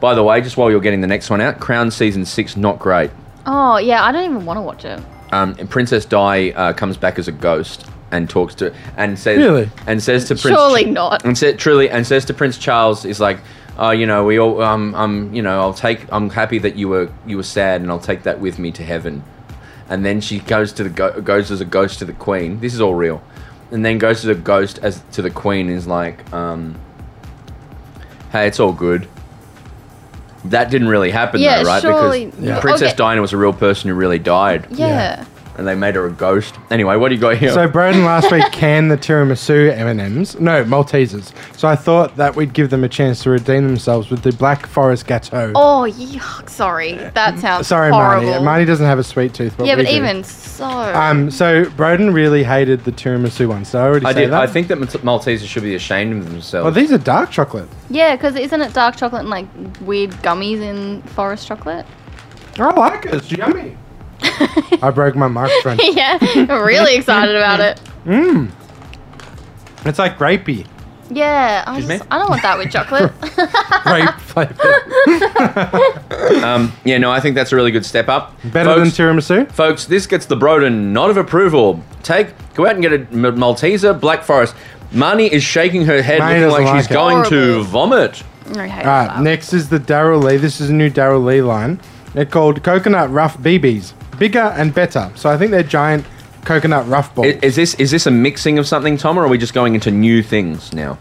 By the way, just while you're getting the next one out, Crown season six not great. Oh yeah, I don't even want to watch it. Um, and Princess Di uh, comes back as a ghost and talks to and says Really? and says to Prince Surely not. and said truly and says to Prince Charles is like uh, you know we all um, um you know I'll take I'm happy that you were you were sad and I'll take that with me to heaven and then she goes to the go- goes as a ghost to the queen this is all real and then goes to the ghost as to the queen and is like um hey it's all good that didn't really happen Yeah, though right surely- because Yeah. Princess Okay. Diana was a real person who really died Yeah. Yeah. and they made her a ghost. Anyway, what do you got here? So Broden last week canned the tiramisu M&Ms, no Maltesers. So I thought that we'd give them a chance to redeem themselves with the Black Forest Gâteau. Oh yuck! Sorry, that sounds Mm. Sorry, horrible. Marnie. Marnie doesn't have a sweet tooth. But yeah, we but do. even so, Um, so Broden really hated the tiramisu one. So I already I say did. that. I think that Malt- Maltesers should be ashamed of themselves. Well, these are dark chocolate. yeah, because isn't it dark chocolate and like weird gummies in forest chocolate? I like it. It's yummy. I broke my microphone. yeah, I'm really excited about it. It's like grapey, Yeah, I, Excuse just, me? I don't want that with chocolate. grape flavor. um, yeah, no, I think that's a really good step up. Better folks, than tiramisu. folks. This gets the Broden nod of approval. Take, go out and get a M- Malteser Black Forest. Marnie is shaking her head, Marnie looking doesn't like she's like it. going to Horrible. vomit. I hate All right, that. next is the Daryl Lee. This is a new Daryl Lee line. They're called Coconut Rough BBs. Bigger and better. So I think they're giant coconut rough balls. I- Is this is this a mixing of something, Tom, or are we just going into new things now?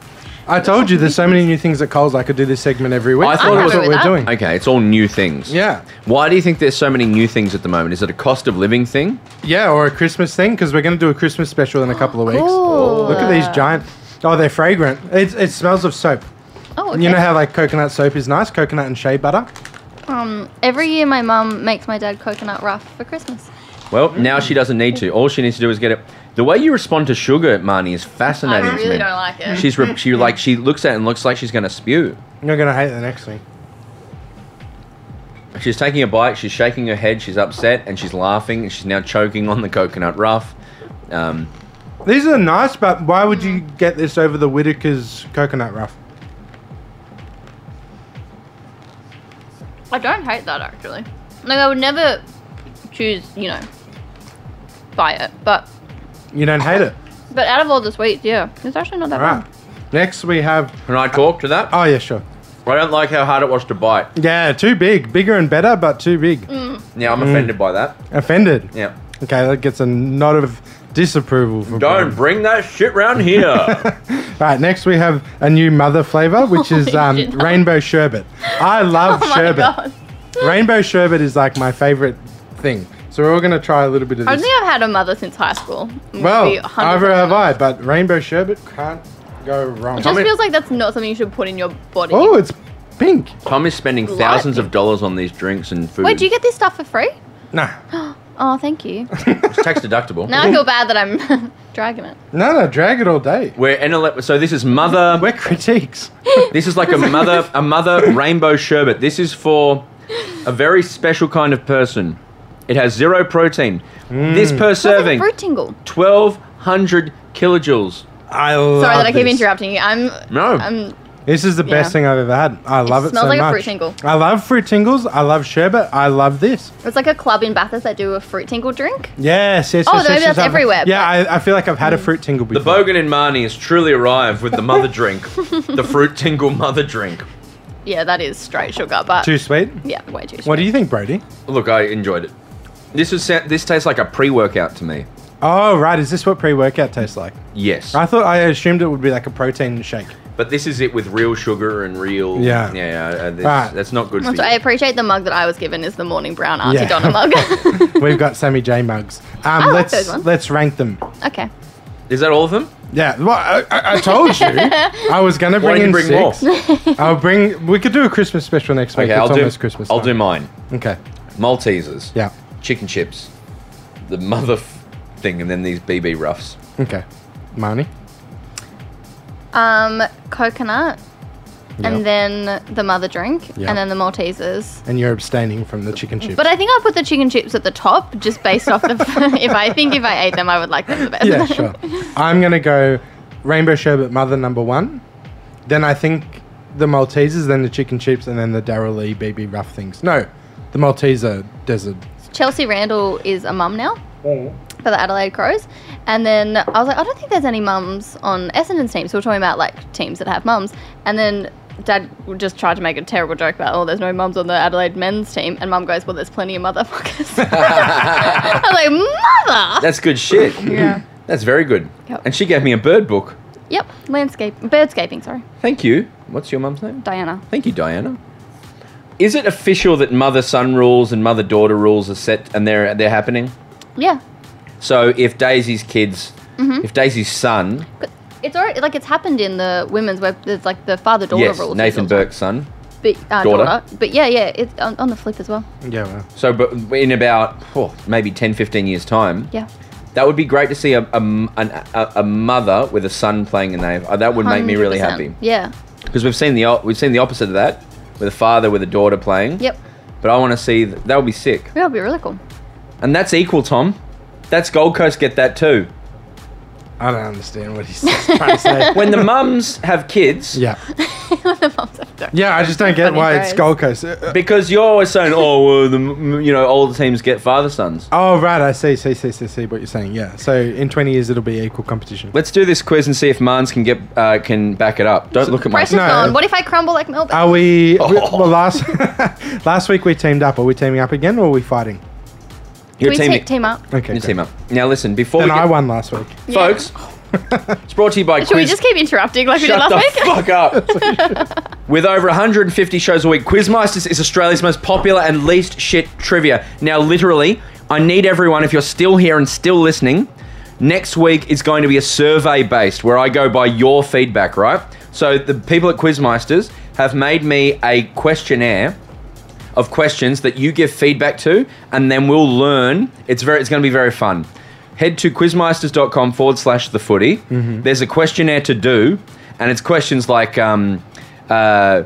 I told you there's so many new things at Coles. I could do this segment every week. I thought And it that's was- what we're I'm doing. happy Okay, it's all new things. Yeah. Why do you think there's so many new things at the moment? Is it a cost of living thing? Yeah, or a Christmas thing because we're going to do a Christmas special in a couple of weeks. cool. Look at these giant. Oh, they're fragrant. It's, it smells of soap. Oh, You okay. know how like coconut soap is nice, coconut and shea butter. Um, every year my mum makes my dad coconut rough for Christmas. Well, now she doesn't need to. All she needs to do is get it. The way you respond to sugar, Marnie, is fascinating. I to me. really don't like it. She's re- she like she looks at it and looks like she's gonna spew. You're going to hate the next thing. She's taking a bite. She's shaking her head. She's upset and she's laughing and she's now choking on the coconut rough. Um, These are nice, but why would you get this over the Whitaker's coconut rough? I don't hate that actually. Like I would never choose, you know, buy it. But You don't hate it. but out of all the sweets, yeah, it's actually not that All right. bad. Next we have. can I talk to that? Oh yeah, sure. I don't like how hard it was to bite. Yeah, too big, bigger and better, but too big. Mm. Yeah, I'm offended by that. Offended. Yeah. Okay, that gets a nod of disapproval. From Don't bring that shit round here. Brian. Right. Next we have a new mother flavor, which is Holy um, shit. rainbow sherbet. I love Oh my sherbet. god. Rainbow sherbet is like my favorite thing. So we're all gonna try a little bit of I this. don't think I've had a mother since high school. I'm gonna well, be 100% neither have I, honest. but rainbow sherbet can't go wrong. It just feels like that's not something you should put in your body. oh, it's pink. Tom is spending thousands of dollars on these drinks and food. Wait, do you get this stuff for free? Nah, Oh, thank you. It's tax deductible. Now I feel bad that I'm dragging it. no, no, drag it all day. We're NL- so this is mother. We're critiques. This is like a mother, a mother rainbow sherbet. This is for a very special kind of person. It has zero protein. This Mm. per It's like serving, fruit tingle. twelve hundred kilojoules. I love Sorry that I keep this. interrupting you. I'm No, I'm This is the best Yeah. thing I've ever had. I love it, smells so like a much. fruit tingle. I love fruit tingles. I love sherbet. I love this. it's like a club in Bathurst that do a fruit tingle drink. Yes, yes, Oh, yes, maybe yes, yes, that's I've- everywhere, Mm. Yeah, I, I feel like I've had a fruit tingle the before. Bogan and Marnie has truly arrived with the mother drink, the fruit tingle mother drink. Yeah, that is straight sugar, but Too sweet. yeah, way too. Sweet. What do you think, Brody? Look, I enjoyed it. This is sa- this tastes like a pre-workout to me. Oh, right. Is this what pre-workout tastes like? Yes, I thought I assumed it would be like a protein shake. but this is it with real sugar and real. Yeah. yeah. Uh, this, Right. That's not good for That's why I you. appreciate the mug that I was given is the morning brown Auntie Yeah. Donna mug. We've got Sammy J mugs. Um, like let's those ones. let's rank them. okay. Is that all of them? Yeah, well, I, I, I told you I was gonna Why bring didn't in you bring six. I'll bring. We could do a Christmas special next week. Okay, it's I'll do. almost Christmas. I'll do time. mine. Okay. Maltesers. Yeah. chicken chips, the mother f- thing, and then these BB roughs. Okay. Marnie? Um, coconut, Yep. and then the mother drink, Yeah. and then the Maltesers. And you're abstaining from the chicken chips. But I think I'll put the chicken chips at the top, just based off the. if I think if I ate them, I would like them the best. yeah, sure. I'm gonna go rainbow sherbet mother number one. Then I think the Maltesers, then the chicken chips, and then the Daryl Lee BB rough things. No, the Malteser desert. Chelsea Randall is a mum now for the Adelaide Crows, and then I was like, I don't think there's any mums on Essendon's team. So we're talking about like teams that have mums, and then Dad just tried to make a terrible joke about, oh, there's no mums on the Adelaide men's team, and Mum goes, well, there's plenty of motherfuckers. I was like, mother. That's good shit. Yeah. That's very good. Yep. And she gave me a bird book. Yep, landscape, birdscaping. Sorry, Thank you. What's your mum's name? Diana. Thank you, Diana. Is it official that mother-son rules and mother-daughter rules are set and they're they're happening? Yeah, So if Daisy's kids, Mm-hmm. if Daisy's son, It's already like it's happened in the women's web. There's like the father daughter yes, rule. Nathan Burke's son. but, uh, daughter. daughter. But yeah, yeah, it's on, on the flip as well. Yeah, well. So but in about oh, maybe 10, 15 years time, Yeah, that would be great to see a a, m- an- a, a mother with a son playing a name. Uh, That would make me really 100%. happy Yeah, because we've seen the o- we've seen the opposite of that with a father with a daughter playing. yep. But I want to see th- that would be sick. Yeah, it'd be really cool. And that's equal, Tom. That's Gold Coast get that too. I don't understand what he's trying to say. When the mums have kids, yeah, The mums have done- yeah, I just don't get Funny why it's phrase. Gold Coast. Uh, uh, because you're always saying, oh, well, the m- you know older teams get father sons. Oh right, I see, see, see, see, see what you're saying. Yeah, so in 20 years it'll be equal competition. Let's do this quiz and see if Marnes can get uh, can back it up. Don't look at my. Pressure's No. gone. What if I crumble like Melbourne? Are we? we- well, last last week we teamed up. Are we teaming up again, or are we fighting? Can Your we team, team, team up? Okay, your great. team up. Now listen, before Then we I get, won last week. folks, it's brought to you by Should we Quiz. just keep interrupting like we did Shut last the week? fuck up. With over 150 shows a week, Quizmasters is Australia's most popular and least shit trivia. Now, literally, I need everyone, if you're still here and still listening, next week is going to be a survey based where I go by your feedback, right? So, the people at Quizmasters have made me a questionnaire of questions that you give feedback to, and then we'll learn. It's very, it's going to be very fun. Head to quizmeisters.com forward slash the footy. Mm-hmm. There's a questionnaire to do, and it's questions like, um, uh,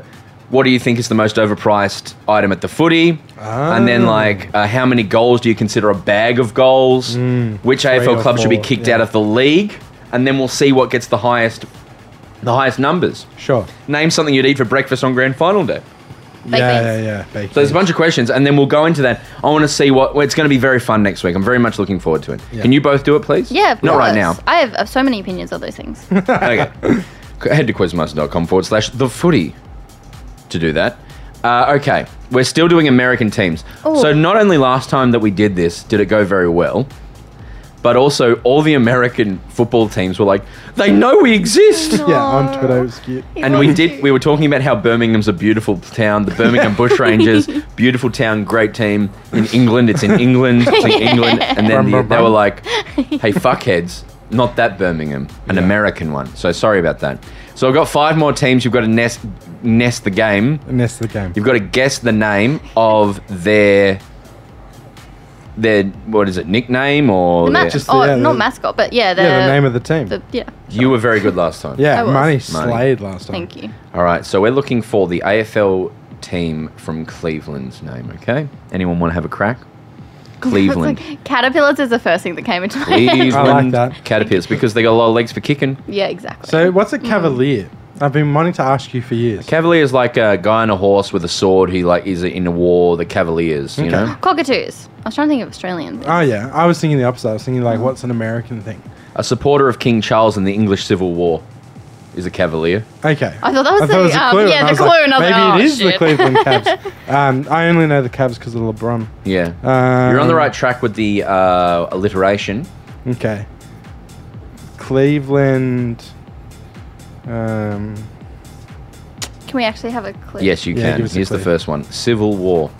what do you think is the most overpriced item at the footy? And then Ah. like, uh, how many goals do you consider a bag of goals? Which AFL Mm. or club should be four, kicked yeah. out of the league? And then we'll see what gets the highest, the highest numbers. Sure. Name something you'd eat for breakfast on grand final day. yeah, yeah, beans. yeah, baked So there's a beans. bunch of questions, and then we'll go into that. I want to see what well, it's going to be. Very fun next week. I'm very much looking forward to it. Yeah. Can you both do it, please? Yeah, of not right now. course. I have, I have so many opinions on those things. okay, head to quizmaster.com forward slash the footy to do that. Uh, okay, we're still doing American teams. Oh. So not only last time that we did this did it go very well, but also all the American football teams were like, they know we exist. Yeah, on Twitter it was cute. And we did. We were talking about how Birmingham's a beautiful town. The Birmingham Bushrangers, beautiful town, great team. In England, it's in England, it's in England. And then Brum, the, brum, they were brum. like, "Hey, fuckheads, not that Birmingham, an American one." So sorry about that. So I've got five more teams. You've got to nest nest the game. And that's the game. You've got to guess the name of their their what is it nickname or The ma- their, Just- oh, yeah, not the- mascot, but yeah, the, yeah, the name of the team. the- yeah. you were very good last time. yeah, I was. Money Money. slayed last time. Thank you. All right, so we're looking for the AFL team from Cleveland's name, okay? Anyone want to have a crack? It's Cleveland. like, caterpillars is the first thing that came into my head. Cleveland I like that. Caterpillars because they got a lot of legs for kicking. Yeah, exactly. So, what's Mm-hmm. a cavalier? I've been wanting to ask you for years. Cavalier is like a guy on a horse with a sword who like is in a war, the Cavaliers, you Okay. know? cockatoos. I was trying to think of Australian. oh yeah, I was thinking the opposite. I was thinking like, what's an American thing? A supporter of King Charles in the English Civil War is a Cavalier. Okay. I thought that was the, um, yeah, and I the was clue, like, and I was maybe like, it oh, is the shit. Cleveland Cavs. um, I only know the Cavs because of LeBron. Yeah. Um, You're on the right track with the uh, alliteration. Okay. Cleveland. Um, Can we actually have a clue? Yes, you Yeah, can. give us a Here's the clue. first one Civil War.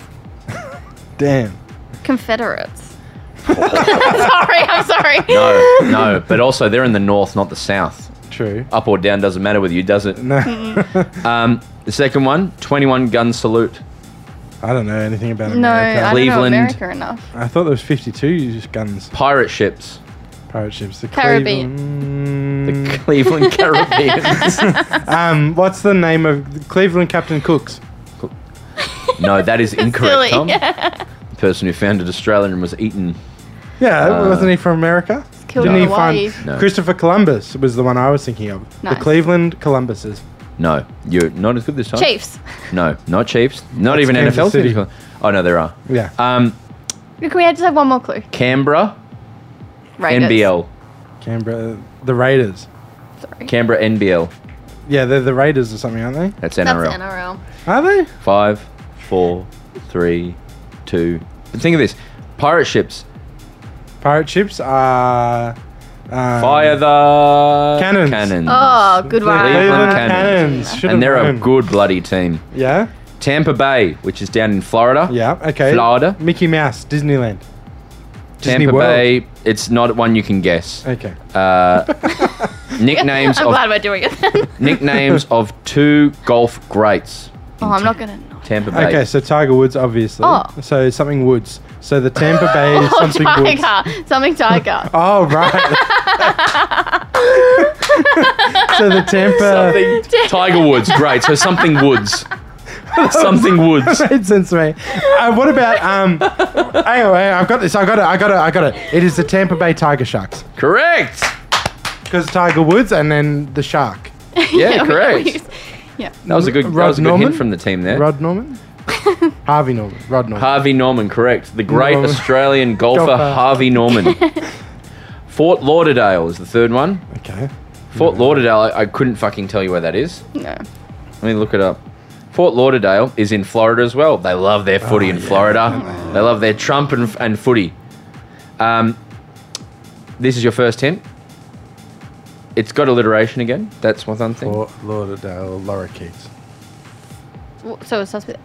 damn. Confederates. sorry, I'm sorry. No, no, but also they're in the north, not the south. True. Uh, up or down doesn't matter with you, does it? No, Um, the second one, 21 gun salute. I don't know anything about No, America. I don't know Cleveland. America enough. I thought there was 52 guns. Pirate ships. Pirate ships. The Caribbean. Cleveland. Mm. Mm. The Cleveland Caribbeans. um, what's the name of the Cleveland Captain Cooks? no, that is Silly. incorrect, Tom. The person who founded Australia and was eaten. Yeah, Uh, wasn't he from America? killed Didn't he Hawaii. find No. Christopher Columbus was the one I was thinking of. Nice. The Cleveland Columbuses. No, you're not as good this time. Chiefs. No, not Chiefs. Not even Kansas NFL City. teams. Oh no, there are. Yeah. Um, Can we just have one more clue? Canberra, Raiders. NBL. Canberra, the Raiders. Sorry. Canberra NBL. Yeah, they're the Raiders or something, aren't they? That's That's NRL. NRL. Are they? Five, four, three, two. But think of this: pirate ships. Pirate ships are. Um, Fire the Cannons. Cannons. Oh, good one. Cleveland Cannons. Should and have they're known. a good bloody team. Yeah. Tampa Bay, which is down in Florida. Yeah. Okay. Florida. Mickey Mouse, Disneyland. Disney Tampa World. Bay. It's not one you can guess. Okay. Uh, nicknames I'm of glad we're doing it then. nicknames of two golf greats. oh, I'm not going to know. Tampa Bay. Okay, so Tiger Woods, obviously. Oh. So something Woods. So the Tampa Bay is Oh, something Woods. tiger. Something tiger. Oh, right. so the Tampa. Something- Tiger Woods, great. So something Woods. Something Woods. Made sense to me. Uh, what about um? Anyway, I've got this. I got it. I got it. I got it. It is the Tampa Bay Tiger Sharks Correct. because Tiger Woods and then the shark. Yeah, we- correct. we- yeah. That was a good, that Rod was a good Norman? hint from the team there. Rod Norman, Harvey Norman, Rod Norman. Harvey Norman, correct. The great Norman. Australian golfer, Golfer. Harvey Norman. Fort Lauderdale is the third one. okay. Fort Lauderdale, I, I couldn't fucking tell you where that is. No. Let me look it up. Fort Lauderdale is in Florida as well. They love their footy Oh, in Florida. They love their Trump and, and footy. Um, this is your first hint. It's got alliteration again. That's one thing. Fort Lauderdale Lorikeets. W- So it starts with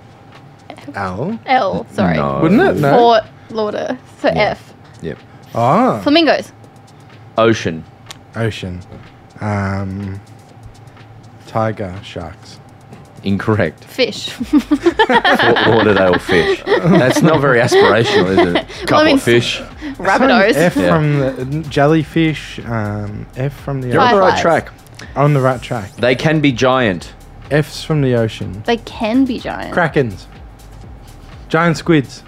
Owl. L. Sorry. No. Wouldn't it? No. Fort Lauder. So F. Yep. Ah, Flamingos. Ocean. ocean. Um, tiger sharks. Incorrect. Fish. Fort Lauderdale fish. That's not very aspirational, is it? Couple mean, of fish. Something Rabbitohs. F Yeah. from the jellyfish. Um, F from the You're on the right Fireflies. track. on the right track. They can be giant. F's from the ocean. They can be giant. Krakens. Giant squids.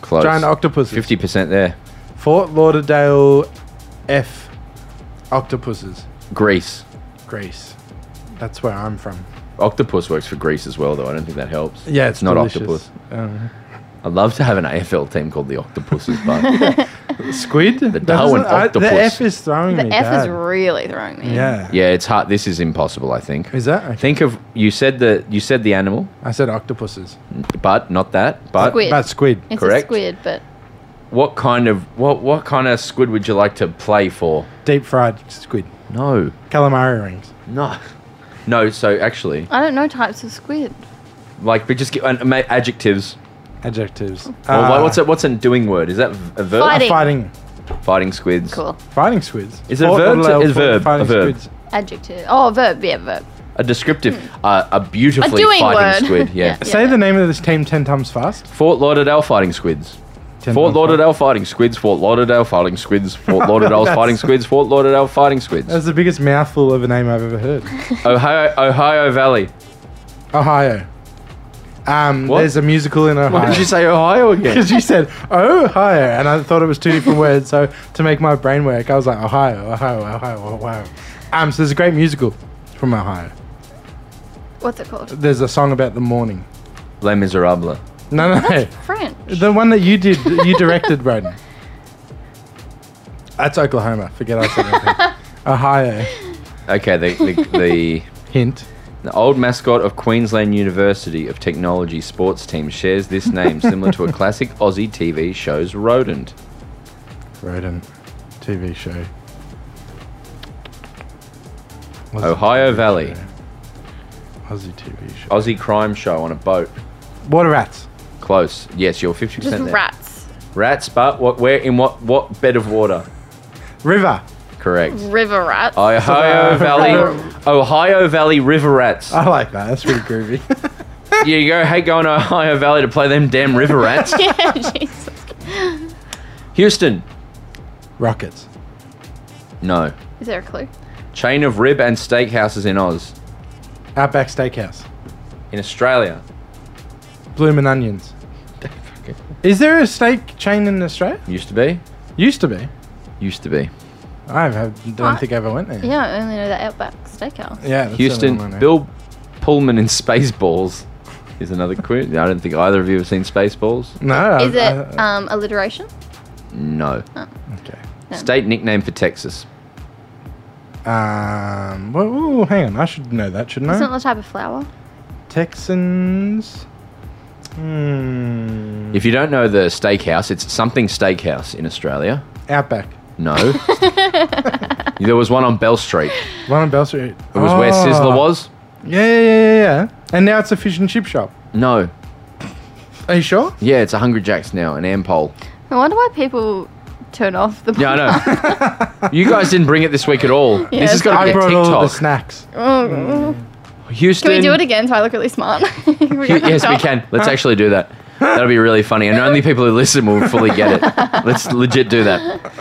Close. Giant octopuses. 50% there. Fort Lauderdale F octopuses. Greece. Greece. That's where I'm from. Octopus works for Greece as well, though. I don't think that helps. Yeah, it's, not delicious. octopus. Um, I'd love to have an AFL team called the Octopuses, but squid? The Darwin the octopus. F is throwing The me. F is bad. really throwing me. Yeah. yeah, it's hard. This is impossible, I think. Is that? Okay. Think of you said the you said the animal, I said octopuses. but not that. But Squid. But squid. It's Correct. a squid, but what kind of what what kind of squid would you like to play for? Deep fried squid. No, Calamari rings. no, no. So actually, I don't know types of squid. like, but just get and, ma- adjectives. Adjectives. Or Uh, what- what's a what's a doing word? Is that v- a verb? Ah. Fight. Fighting. Fighting. Fighting squids. Cool. Fighting squids. Is it a Fort verb? Lauderdale It's a Fort verb, a Fighting verb. Squids. Adjective. Oh, verb. Yeah, verb. A descriptive, uh, a beautifully Hmm. doing fighting word. squid. Yeah. Yeah. Say the name of this team ten times fast. Fort Lauderdale fighting squids. Ten Fort times Lauderdale fighting squids, Fort Lauderdale fighting squids, Fort Lauderdale That's- fighting squids, Fort Lauderdale fighting That's squids. the biggest mouthful of a name I've ever heard. Ohio, Ohio Valley. Ohio. Um, What? there's a musical in Why Ohio. did you say Ohio again? Because you said Ohio, and I thought it was two different words. So to make my brain work, I was like Ohio, Ohio, Ohio, Ohio. Um, so there's a great musical from Ohio. What's it called? There's a song about the morning. Les Miserables. No, no, no. French. the one that you did, you directed, Broden. That's Oklahoma. Forget I said anything. Ohio. Okay, the, the, the, Hint. the old mascot of Queensland University of Technology sports team shares this name, similar to a classic Aussie TV show's rodent. Rodent TV show. What's Ohio Valley. Aussie TV show. Oh, Aussie crime show on a boat. Water rats. Close. Yes, you're 50% Just there. rats. Rats, but what, where, in what, what bed of water? River. Correct. River rats. Ohio River- Valley, Ohio Valley River Rats. I like that. That's pretty groovy. Yeah, you go, hey, going to Ohio Valley to play them damn river rats. yeah, Jesus. Houston, Rockets. No. Is there a clue? Chain of rib and steakhouses in Oz. Outback Steakhouse. In Australia. Bloomin' Onions. Is there a steak chain in Australia? Used to be. Used to be. Used to be. I have, don't What? think I ever went there. Yeah, I only know that Outback Steakhouse. Yeah. that's the only one eh? I Houston. know. Bill Pullman in Spaceballs is another quiz. I don't think either of you have seen Spaceballs. No. Is it I- Uh, I- um, alliteration? No. okay. No. State nickname for Texas. Um. Well, ooh, hang on. I should know that, shouldn't It's I? not the type of flower. Texans. Hmm. If you don't know the steakhouse, it's something steakhouse in Australia. Outback. No. there was one on Bell Street. One on Bell Street. Oh. It was where Sizzler Ah. was. Yeah, yeah, yeah, yeah. And now it's a fish and chip shop. No. Are you sure? Yeah, it's a Hungry Jack's now, an Ampol. I wonder why people turn off the. Yeah, I know. you guys didn't bring it this week at all. this has it's got I to be a brought all the TikTok. snacks. Houston. Can we do it again so I look really smart? We Hu- got yes, we knocked off. can. Let's actually do that. That'll be really funny, and only people who listen will fully get it. Let's legit do that.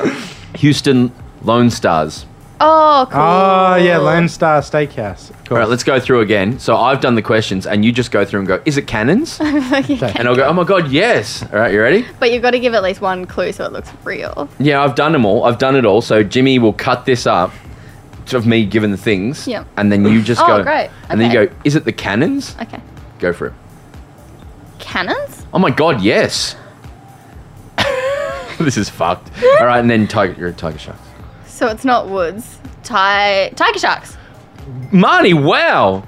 Houston Lone Stars. Oh, cool. Oh, yeah, Lone Star Steakhouse. Cool. All right, let's go through again. So I've done the questions, and you just go through and go, "Is it cannons?" And I'll go, "Oh my god, yes!" All right, you ready? But you've got to give at least one clue so it looks real. Yeah, I've done them all. I've done it all. So Jimmy will cut this up of me giving the things, Yep. and then you just Oh, go, great. and then you Okay. go, "Is it the cannons?" Okay. Go for it. Cannons? Oh my god, yes. this is fucked. All right, and then tiger, you're a tiger shark. So it's not woods. Ti- tiger sharks. Marty, wow!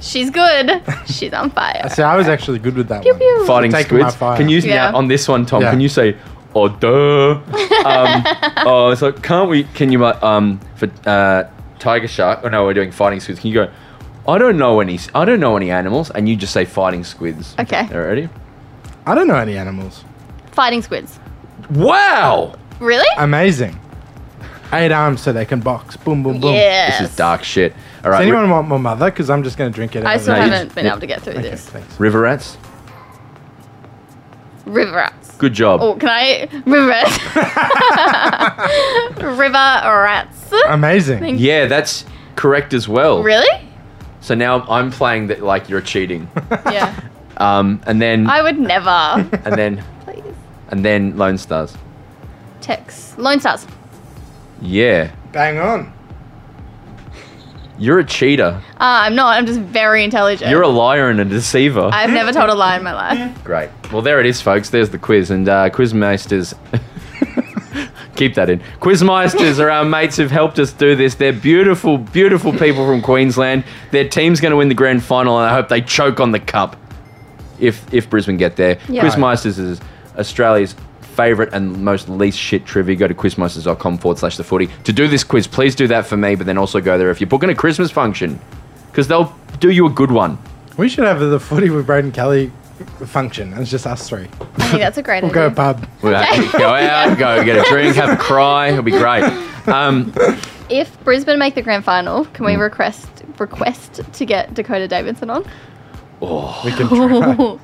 She's good. She's on fire. See, I was actually good with that Pew one. pew. Fighting Taking my squids. fire. Can you Yeah. now on this one, Tom? Yeah. Can you say, oh duh? Um, oh, it's like can't we? Can you uh, um for uh, tiger shark? Oh no, we're doing fighting squids. Can you go? I don't know any. I don't know any animals, and you just say fighting squids. Okay. All right, ready? I don't know any animals. Fighting squids. Wow! Really? Amazing. Eight arms so they can box. Boom, boom, boom. yes. This is dark shit. All right, Does ri- anyone want more mother? Because I'm just going to drink it. out I of still the- No, you haven't just- been able to get through Okay, this. thanks. river rats. River rats. Good job. Oh, can I? River rats. River rats. Amazing. Thank- Yeah, that's correct as well. Really? So now I'm playing that like you're cheating. Yeah. Um, and then I would never. and then Please. and then Lone Stars. Tex. Lone Stars. Yeah, Bang on. you're a cheater. Ah, I'm not. I'm just very intelligent. You're a liar and a deceiver. I've never told a lie in my life. Great. Well, there it is, folks. There's the quiz and uh, quizmeisters. Keep that in. Quizmeisters are our mates who've helped us do this. They're beautiful, beautiful people from Queensland. Their team's going to win the grand final, and I hope they choke on the cup if if Brisbane get there. Yeah. Quizmeisters is Australia's favourite and most least shit trivia. Go to quizmeisters.com forward slash the footy. To do this quiz, please do that for me, but then also go there if you're booking a Christmas function because they'll do you a good one. We should have the footy with Braden Kelly function. It's just us three. I think that's a great We'll idea. go pub. We'll have to go out, go get a drink, have a cry. It'll be great. Um, If Brisbane make the grand final, can we request request to get Dakota Davidson on? We can try. oh,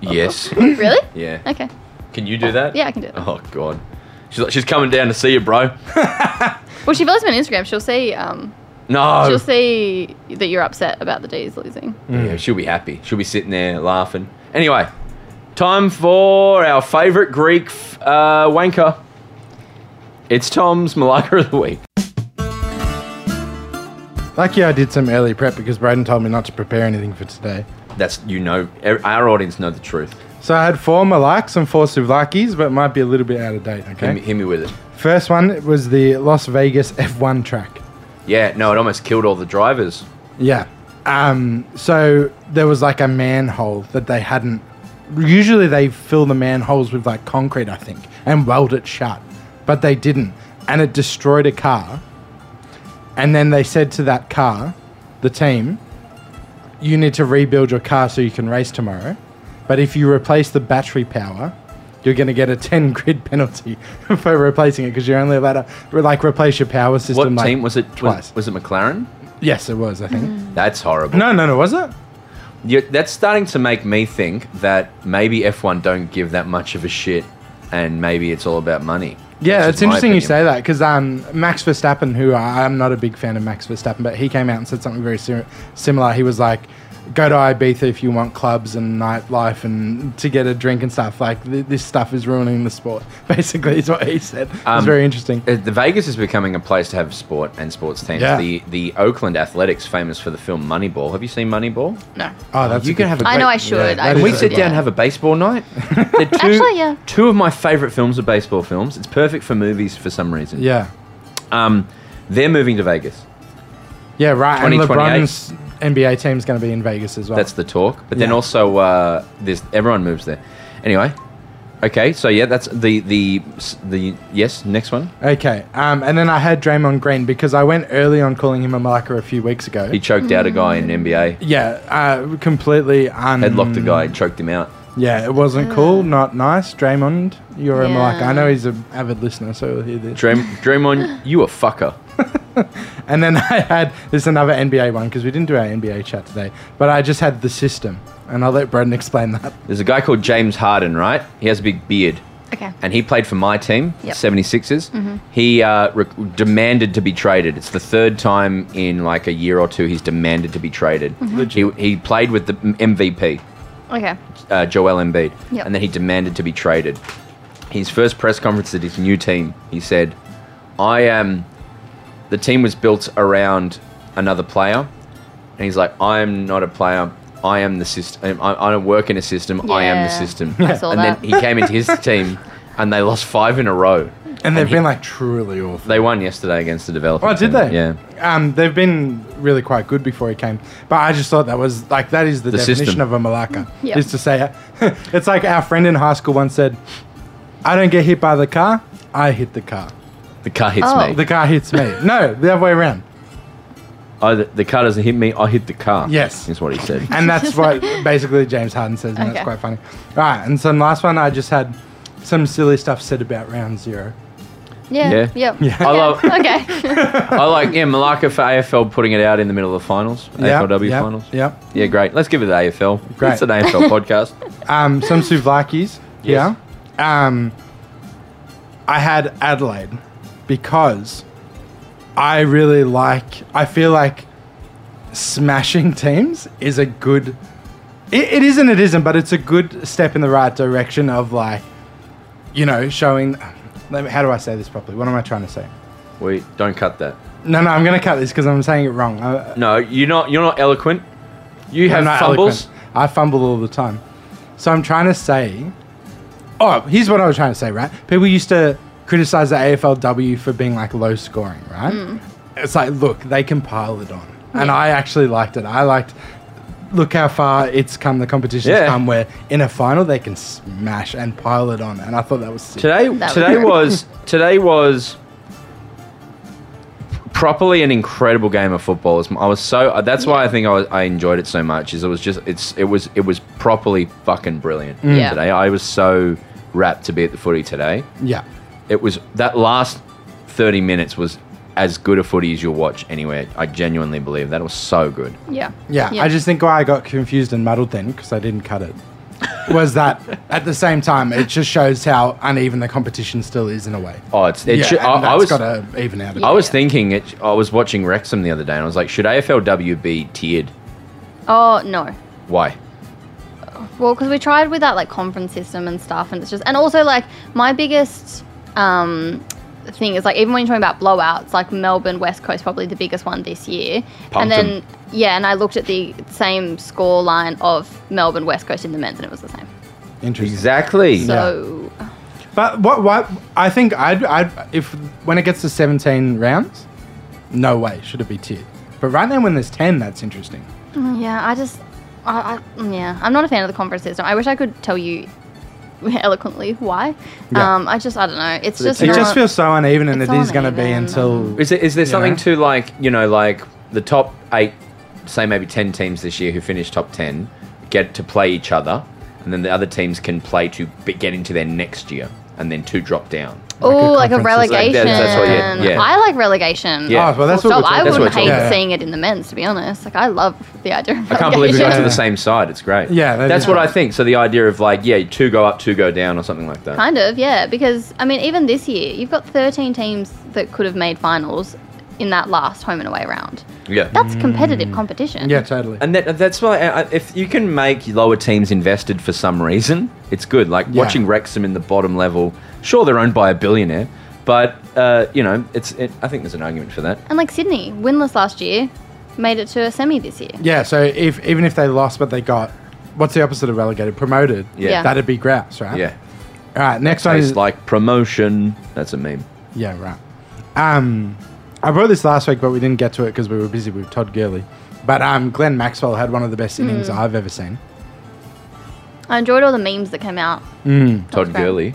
yes. really? Yeah. Okay. Can you do that? Yeah, I can do that. Oh God. She's like, she's coming down to see you, bro. Well, she follows me on Instagram. She'll see. Um, No. she'll see that you're upset about the D's losing. Yeah, she'll be happy. She'll be sitting there laughing. Anyway, time for our favourite Greek f- uh, wanker. It's Tom's Malacca of the week. Lucky I did some early prep because Braden told me not to prepare anything for today. That's you know, er- our audience know the truth. So I had four Malaks and four Souvlakis, but it might be a little bit out of date, Hit okay? me, hit me with it. First one was the Las Vegas F1 track. Yeah, no, it almost killed all the drivers. Yeah. Um, so there was like a manhole that they hadn't. Usually they fill the manholes with like concrete, I think, and weld it shut, but they didn't. And it destroyed a car. And then they said to that car, the team, you need to rebuild your car so you can race tomorrow. But if you replace the battery power, you're going to get a 10 grid penalty for replacing it because you're only allowed to re- like replace your power What system. like, team was it? was- Twice. was it McLaren? yes, it was, I think. That's horrible. No, no, no, was it? you that's starting to make me think that maybe F1 don't give that much of a shit and maybe it's all about money. Yeah, That's it's just my interesting you opinion. say that because um, Max Verstappen, who I, I'm not a big fan of Max Verstappen, but he came out and said something very sim- similar. He was like, "Go to Ibiza if you want clubs and nightlife and to get a drink and stuff. Like th- this stuff is ruining the sport." Basically, is what he said. Um, it's very interesting. Uh, The Vegas is becoming a place to have sport and sports teams. Yeah. The the Oakland Athletics, famous for the film Moneyball. Have you seen Moneyball? No. Oh, that's you a can good- have a I great- know I should. Yeah, I that Can should, is we sit yeah. down and have a baseball night? They're two, Actually, yeah. Two of my favorite films are baseball films. It's perfect for movies for some reason. Yeah, Um, they're moving to Vegas. yeah, right. And 2028. LeBron's NBA team's going to be in Vegas as well. That's the talk. But then Yeah. also, uh, there's everyone moves there. Anyway, okay. So yeah, that's the the the yes. Next one. okay. Um, and then I had Draymond Green because I went early on calling him a malacca a few weeks ago. He choked out a guy in NBA. yeah, uh, completely un. Headlocked a guy and choked him out. Yeah, it wasn't cool, not nice. Draymond, you're a Ah. Yeah. Malacca. I know he's an avid listener, so he'll hear this. Dream, dream on, you a fucker. And then I had this is another NBA one because we didn't do our NBA chat today, but I just had the system, and I'll let Brendan explain that. There's a guy called James Harden, right? He has a big beard. Okay. And he played for my team, Yep. 76ers. He uh, re- demanded to be traded. It's the third time in like a year or two he's demanded to be traded. He, he played with the M- MVP, Okay. uh, Joel Embiid, Yep. and then he demanded to be traded. His first press conference at his new team, he said, I am. The team was built around another player. And he's like, I am not a player. I am the system. I, I don't work in a system. I am the Yeah. system. I saw and that. then he came into his team and they lost five in a row. And they've been like truly awful. They won yesterday against the developer. Oh, did they? Yeah. Um, they've been really quite good before he came, but I just thought that was like that is the, The definition system. of a Malacca. Yeah. Is to say, it's like our friend in high school once said, "I don't get hit by the car, I hit the car. The car hits Oh. me. The car hits me. no, the other way around." I, the, the car doesn't hit me. I hit the car. Yes. Is what he said. And that's what basically James Harden says, and Okay. that's quite funny. All right, and some last one I just had some silly stuff said about round zero. Yeah. Yeah. Yep. I love. okay. I like. Yeah, Malacca for AFL putting it out in the middle of the finals. AFLW yep, finals. Yep. Yeah, great. Let's give it to the AFL. Great. It's an AFL podcast. Um, some souvlaki's. Yes. Yeah. Um, I had Adelaide because I really like. I feel like smashing teams is a good. It, it is and it isn't, but it's a good step in the right direction of like, you know, showing. Let me, how do I say this properly? What am I trying to say? We don't cut that. No, no, I'm going to cut this because I'm saying it wrong. I, No, you're not. You're not eloquent. You I'm have not fumbles. eloquent. I fumble all the time. So I'm trying to say. Oh, here's what I was trying to say, right? People used to criticize the AFLW for being like low scoring, right? Mm. It's like, look, they can pile it on. And I actually liked it. I liked, look how far it's come, the competition's Yeah. come, where in a final they can smash and pile it on. And I thought that was sick. Today, That today was- was today was properly an incredible game of football. It's- I was so uh, that's why I think I, was, I enjoyed it so much. Is it was just it's it was it was properly fucking brilliant Mm. Yeah. today. I was so rapt to be at the footy today. Yeah. It was that last thirty minutes was as good a footy as you'll watch anywhere. I genuinely believe that It was so good. Yeah. Yeah, I just think why I got confused and muddled then because I didn't cut it was that at the same time it just shows how uneven the competition still is in a way. Oh, it's it. yeah, should, I, and I that's was got to even out. A bit. I was Yeah. thinking it. I was watching Wrexham the other day, and I was like, should AFLW be tiered? Oh no. Why? Well, because we tried with that like conference system and stuff, and it's just and also like my biggest um, thing is like even when you're talking about blowouts, like Melbourne West Coast probably the biggest one this year, Pumped and then yeah, and I looked at the same score line of Melbourne West Coast in the men's, and it was the same. Interesting. Exactly. So But what? What? I think I'd, I'd if when it gets to seventeen rounds, no way should it be tiered. But right now, when there's ten, that's interesting. um, yeah, I just I, I yeah, I'm not a fan of the conference system. I wish I could tell you eloquently why. Yeah. Um, I just I don't know. It's the just It tier- not, just feels so uneven, and It's it is going to be uneven. until Is there, is there something know? to like you know like the top eight, say maybe ten teams this year who finish top ten get to play each other, and then the other teams can play to b- get into their next year. and then two drop down. Oh, like a conference is like that. relegation. That's what- yeah, yeah. I like relegation. Yeah. Ah, well, that's Full what we're stop. I talking That's what wouldn't we're hate talking about. seeing it in the men's, to be honest. Like I love the idea of I can't believe we got to Yeah. the same side. It's great. Yeah, that that's is what great. I think. So the idea of like, yeah, two go up, two go down, or something like that. Kind of, yeah. Because I mean, even this year, you've got 13 teams that could have made finals in that last home and away round. Yeah. That's competitive competition. Mm. Yeah, totally. And that, that's why, uh, if you can make lower teams invested for some reason, it's good. Like Yeah. watching Wrexham in the bottom level. Sure, they're owned by a billionaire, but uh, you know, it's. It, I think there's an argument for that. And like Sydney, winless last year, made it to a semi this year. Yeah, so if even if they lost but they got what's the opposite of relegated? Promoted. Yeah. Yeah. That'd be grouse, right? Yeah, All right, next one tastes is like promotion. That's a meme. Yeah, right. Um I brought this last week but we didn't get to it because we were busy with Todd Gurley. But um Glenn Maxwell had one of the best innings I've ever seen. I enjoyed all the memes that came out. Todd great. Gurley.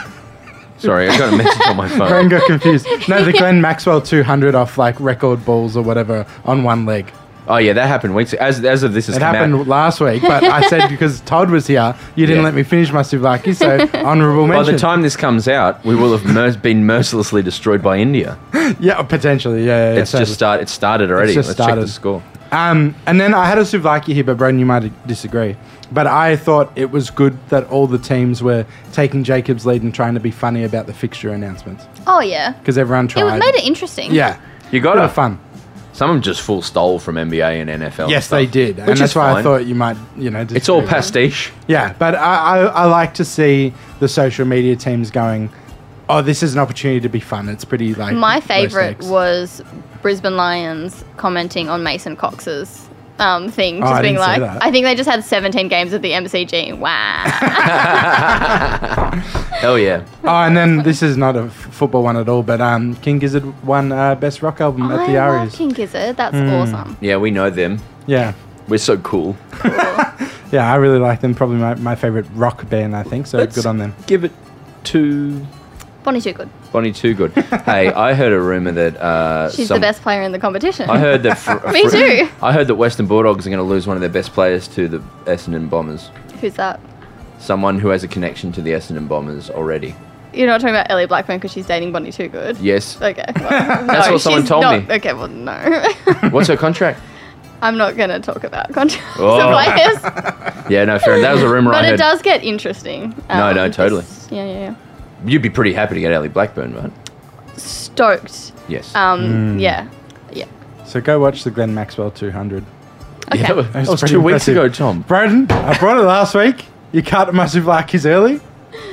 Sorry, I got a message on my Glenn phone. got confused. No, the Glenn Maxwell 200 off like record balls or whatever on one leg. Oh yeah, that happened weeks as as of this has It come happened out. last week, but I said because Todd was here, you didn't Yeah. let me finish my Suvaki, so honourable By mention. the time this comes out, we will have mer- been mercilessly destroyed by India. yeah, potentially, yeah, yeah. yeah, It's just totally. start. It started already. just Let's check started. the score. Um, and then I had a souvlaki here, but Brendan, you might disagree. But I thought it was good that all the teams were taking Jacob's lead and trying to be funny about the fixture announcements Oh yeah, because everyone it tried. was made it interesting. yeah, You a got bit it. of fun. Some of them just full stole from NBA and NFL. Yes, stuff, they did, and which that's is why I fine. thought you might, you know, disagree. it's all pastiche. Yeah, but I, I, I like to see the social media teams going. Oh, this is an opportunity to be fun. It's pretty like My low favorite stakes." was Brisbane Lions commenting on Mason Cox's um, thing, Oh, just I being didn't see like, that. I think they just had 17 games at the MCG. Wow. Hell yeah! Oh, and then this is not a f- football one at all, but um, King Gizzard won uh, best rock album at I the love Aries. King Gizzard. That's Hmm. awesome. Yeah, we know them. Yeah. We're so cool. Yeah, I really like them. Probably my, my favorite rock band, I think. So Let's good on them. Give it to Bonnie Too Good. Bonnie Too Good. hey, I heard a rumor that uh, She's some- the best player in the competition. I heard that. Fr- Me fr- too. I heard that Western Bulldogs are going to lose one of their best players to the Essendon Bombers. Who's that? Someone who has a connection to the Essendon Bombers already. You're not talking about Ellie Blackburn because she's dating Bonnie Too Good. Yes. Okay. well, That's no, what someone she's told not- me. Okay, well, no. What's her contract? I'm not going to talk about contracts Oh. of players. Yeah, no, fair. That was a rumor I But heard. it does get interesting. No, no, totally. just- Yeah, yeah, yeah. You'd be pretty happy to get Ellie Blackburn, right? Stoked. Yes. Um, Hmm. Yeah. Yeah. So go watch the Glenn Maxwell 200. Okay. Yeah, that was, was pretty two weeks impressive. ago, Tom. Braden, I brought it last week. You cut my Suvlakis early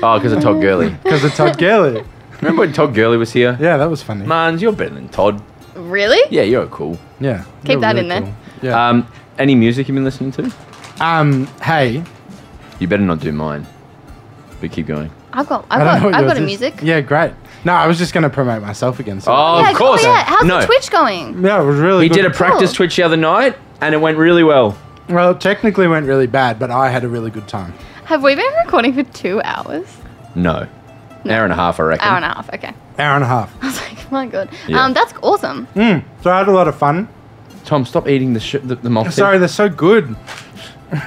Oh, because of Todd Gurley. because of Todd Gurley. Remember when Todd Gurley was here? Yeah, that was funny. Mans, you're better than Todd. Really? Yeah, you're cool. Yeah. Keep You're that in there. Yeah. Um, any music you've been listening to? Um, hey. You better not do mine. But keep going. I've got, I've I don't know got, what I've yours got a is. music. Yeah, great. No, I was just going to promote myself again. So. Oh, Yeah, of cool, course. yeah. How's no. the Twitch going? Yeah, it was really He good. Oh. did a practice Cool. Twitch the other night, and it went really well. Well, it technically went really bad, but I had a really good time. Have we been recording for two hours? No. An hour and a half, I reckon. Hour and a half. Okay. Hour and a half. I was like, my god. Um, Yeah. Hmm? Um, that's awesome. So I had a lot of fun. Tom, stop eating the, sh- the, the malted. Sorry, they're so good.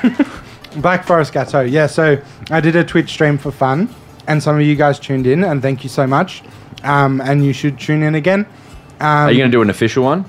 Black Forest Gateau. Yeah, so I did a Twitch stream for fun, and some of you guys tuned in, and thank you so much. Um, and you should tune in again. Um, Are you going to do an official one?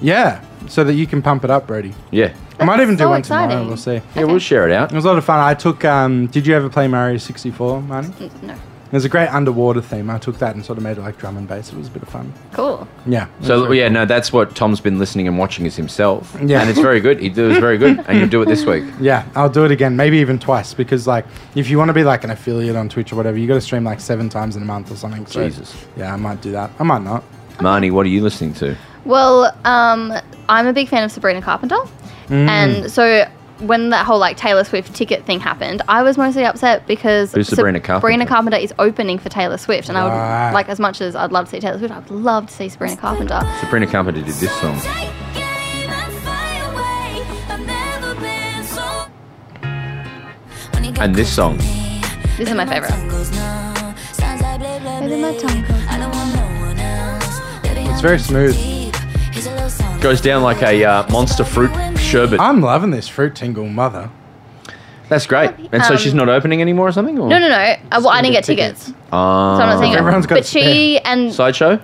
yeah, so that you can pump it up, Brody. Yeah. I might even so do one tomorrow. exciting. We'll see. Yeah, we'll share it out. It was a lot of fun. I took. Um, did you ever play Mario 64, Marnie? Mm, No. There's a great underwater theme. I took that and sort of made it like drum and bass. It was a bit of fun. Cool. Yeah. So, yeah, no, that's what Tom's been listening and watching is himself. Yeah. And it's very good. He does very good, and you'll do it this week. Yeah, I'll do it again, maybe even twice, because like if you want to be like an affiliate on Twitch or whatever, you got to stream like seven times in a month or something. So, Jesus. Yeah, I might do that. I might not. Marnie, what are you listening to? Well, um, I'm a big fan of Sabrina Carpenter, Hmm. and so when that whole like Taylor Swift ticket thing happened, I was mostly upset because Who's Sabrina Carpenter? Sabrina Carpenter is opening for Taylor Swift, and I would Right. like as much as I'd love to see Taylor Swift, I'd love to see Sabrina Carpenter. Sabrina Carpenter did this song. And this song. This is my favorite. It's very smooth. Goes down like a uh, monster fruit sherbet. Ah. I'm loving this fruit tingle, mother. That's great. And so Um, she's not opening anymore or something? Or? No, no, no. Uh, well, I didn't get tickets. Ah. So I'm not saying Everyone's got But a she and Sideshow?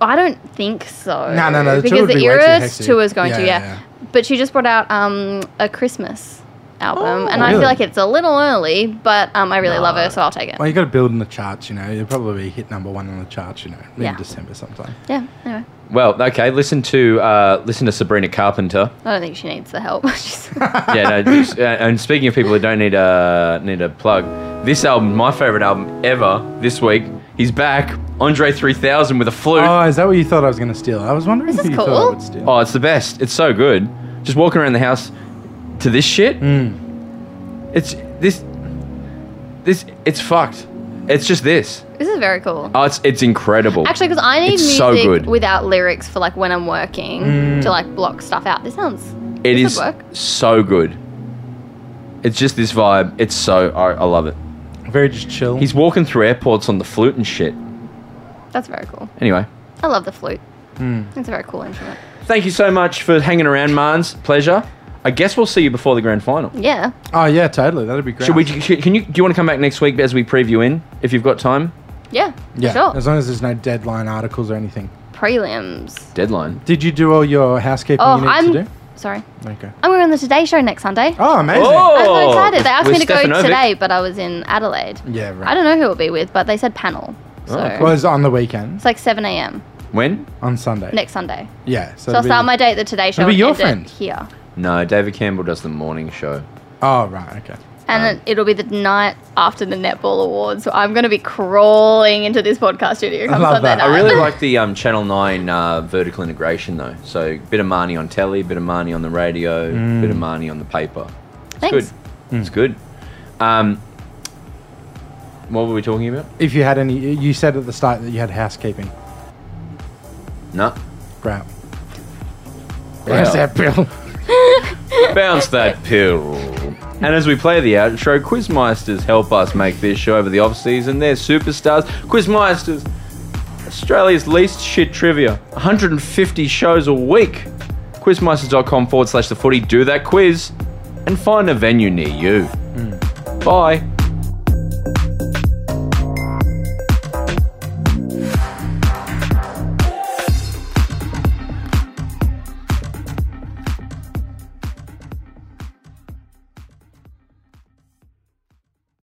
I don't think so. No, no, no, the tour because would the be way too Eras hectic. tour is going to, Yeah, yeah. But she just brought out um, a Christmas album, Oh, and I feel like it's a little early, but um, I really love her, so I'll take it. Well, you got to build in the charts, you know. You'll probably hit number one on the charts, you know, in Yeah. December sometime. yeah. Anyway, Well, okay. Listen to uh, listen to Sabrina Carpenter. I don't think she needs the help. She's- Yeah. No, just- uh, and speaking of people who don't need a need a plug, this album, my favorite album ever, this week. He's back, Andre 3000 with a flute. Oh, is that what you thought I was going to steal? I was wondering This if is you thought I cool. would steal. Oh, it's the best. It's so good. Just walking around the house to this shit. It's this. This it's fucked. It's just this. this is very cool. Oh, it's it's incredible. Actually, because I need It's music so good. without lyrics for like when I'm working Mm. to like block stuff out. This sounds. it this is would work. so good. It's just this vibe. It's so I, I love it. Very just chill. Oh. He's walking through airports on the flute and shit. That's very cool. Anyway, I love the flute. Mm. It's a very cool instrument. thank you so much for hanging around, Marnes. Pleasure. I guess we'll see you before the grand final. Yeah. oh, yeah, totally. That'd be great. Should we? Should, can you? Do you want to come back next week as we preview in if you've got time? Yeah. Yeah, Sure. as long as there's no deadline articles or anything. Prelims. Deadline. Did you do all your housekeeping Oh, you need I'm to do? sorry. Okay. I'm going on the Today Show next Sunday. Oh, amazing. I'm so excited. They asked With me to go Stefanovic. today, but I was in Adelaide. Yeah, right. I don't know who it'll be with, but they said panel. So Oh, Well, it's on the weekend, it's like 7 a.m. When? on Sunday. next Sunday. Yeah. So it'll I'll be- start my day at the Today Show It'll be and your end it friend. here. No, David Campbell does the morning show. Oh, right. Okay. And then it'll be the night after the Netball Awards. So I'm going to be crawling into this podcast studio. come love Sunday that. I I night. really like the um, Channel 9 uh, vertical integration, though. So, bit of Marnie on telly, bit of Marnie on the radio, bit of Marnie on the paper. It's Thanks. good. It's good. Um, what were we talking about? If you had any, you said at the start that you had housekeeping. No. Great. Wow. Where's that bill? Bounce that pill. And as we play the outro, Quizmeisters help us make this show over the off season. They're superstars. Quizmeisters, Australia's least shit trivia. 150 shows a week. Quizmeisters.com forward slash the footy. Do that quiz and find a venue near you. Bye.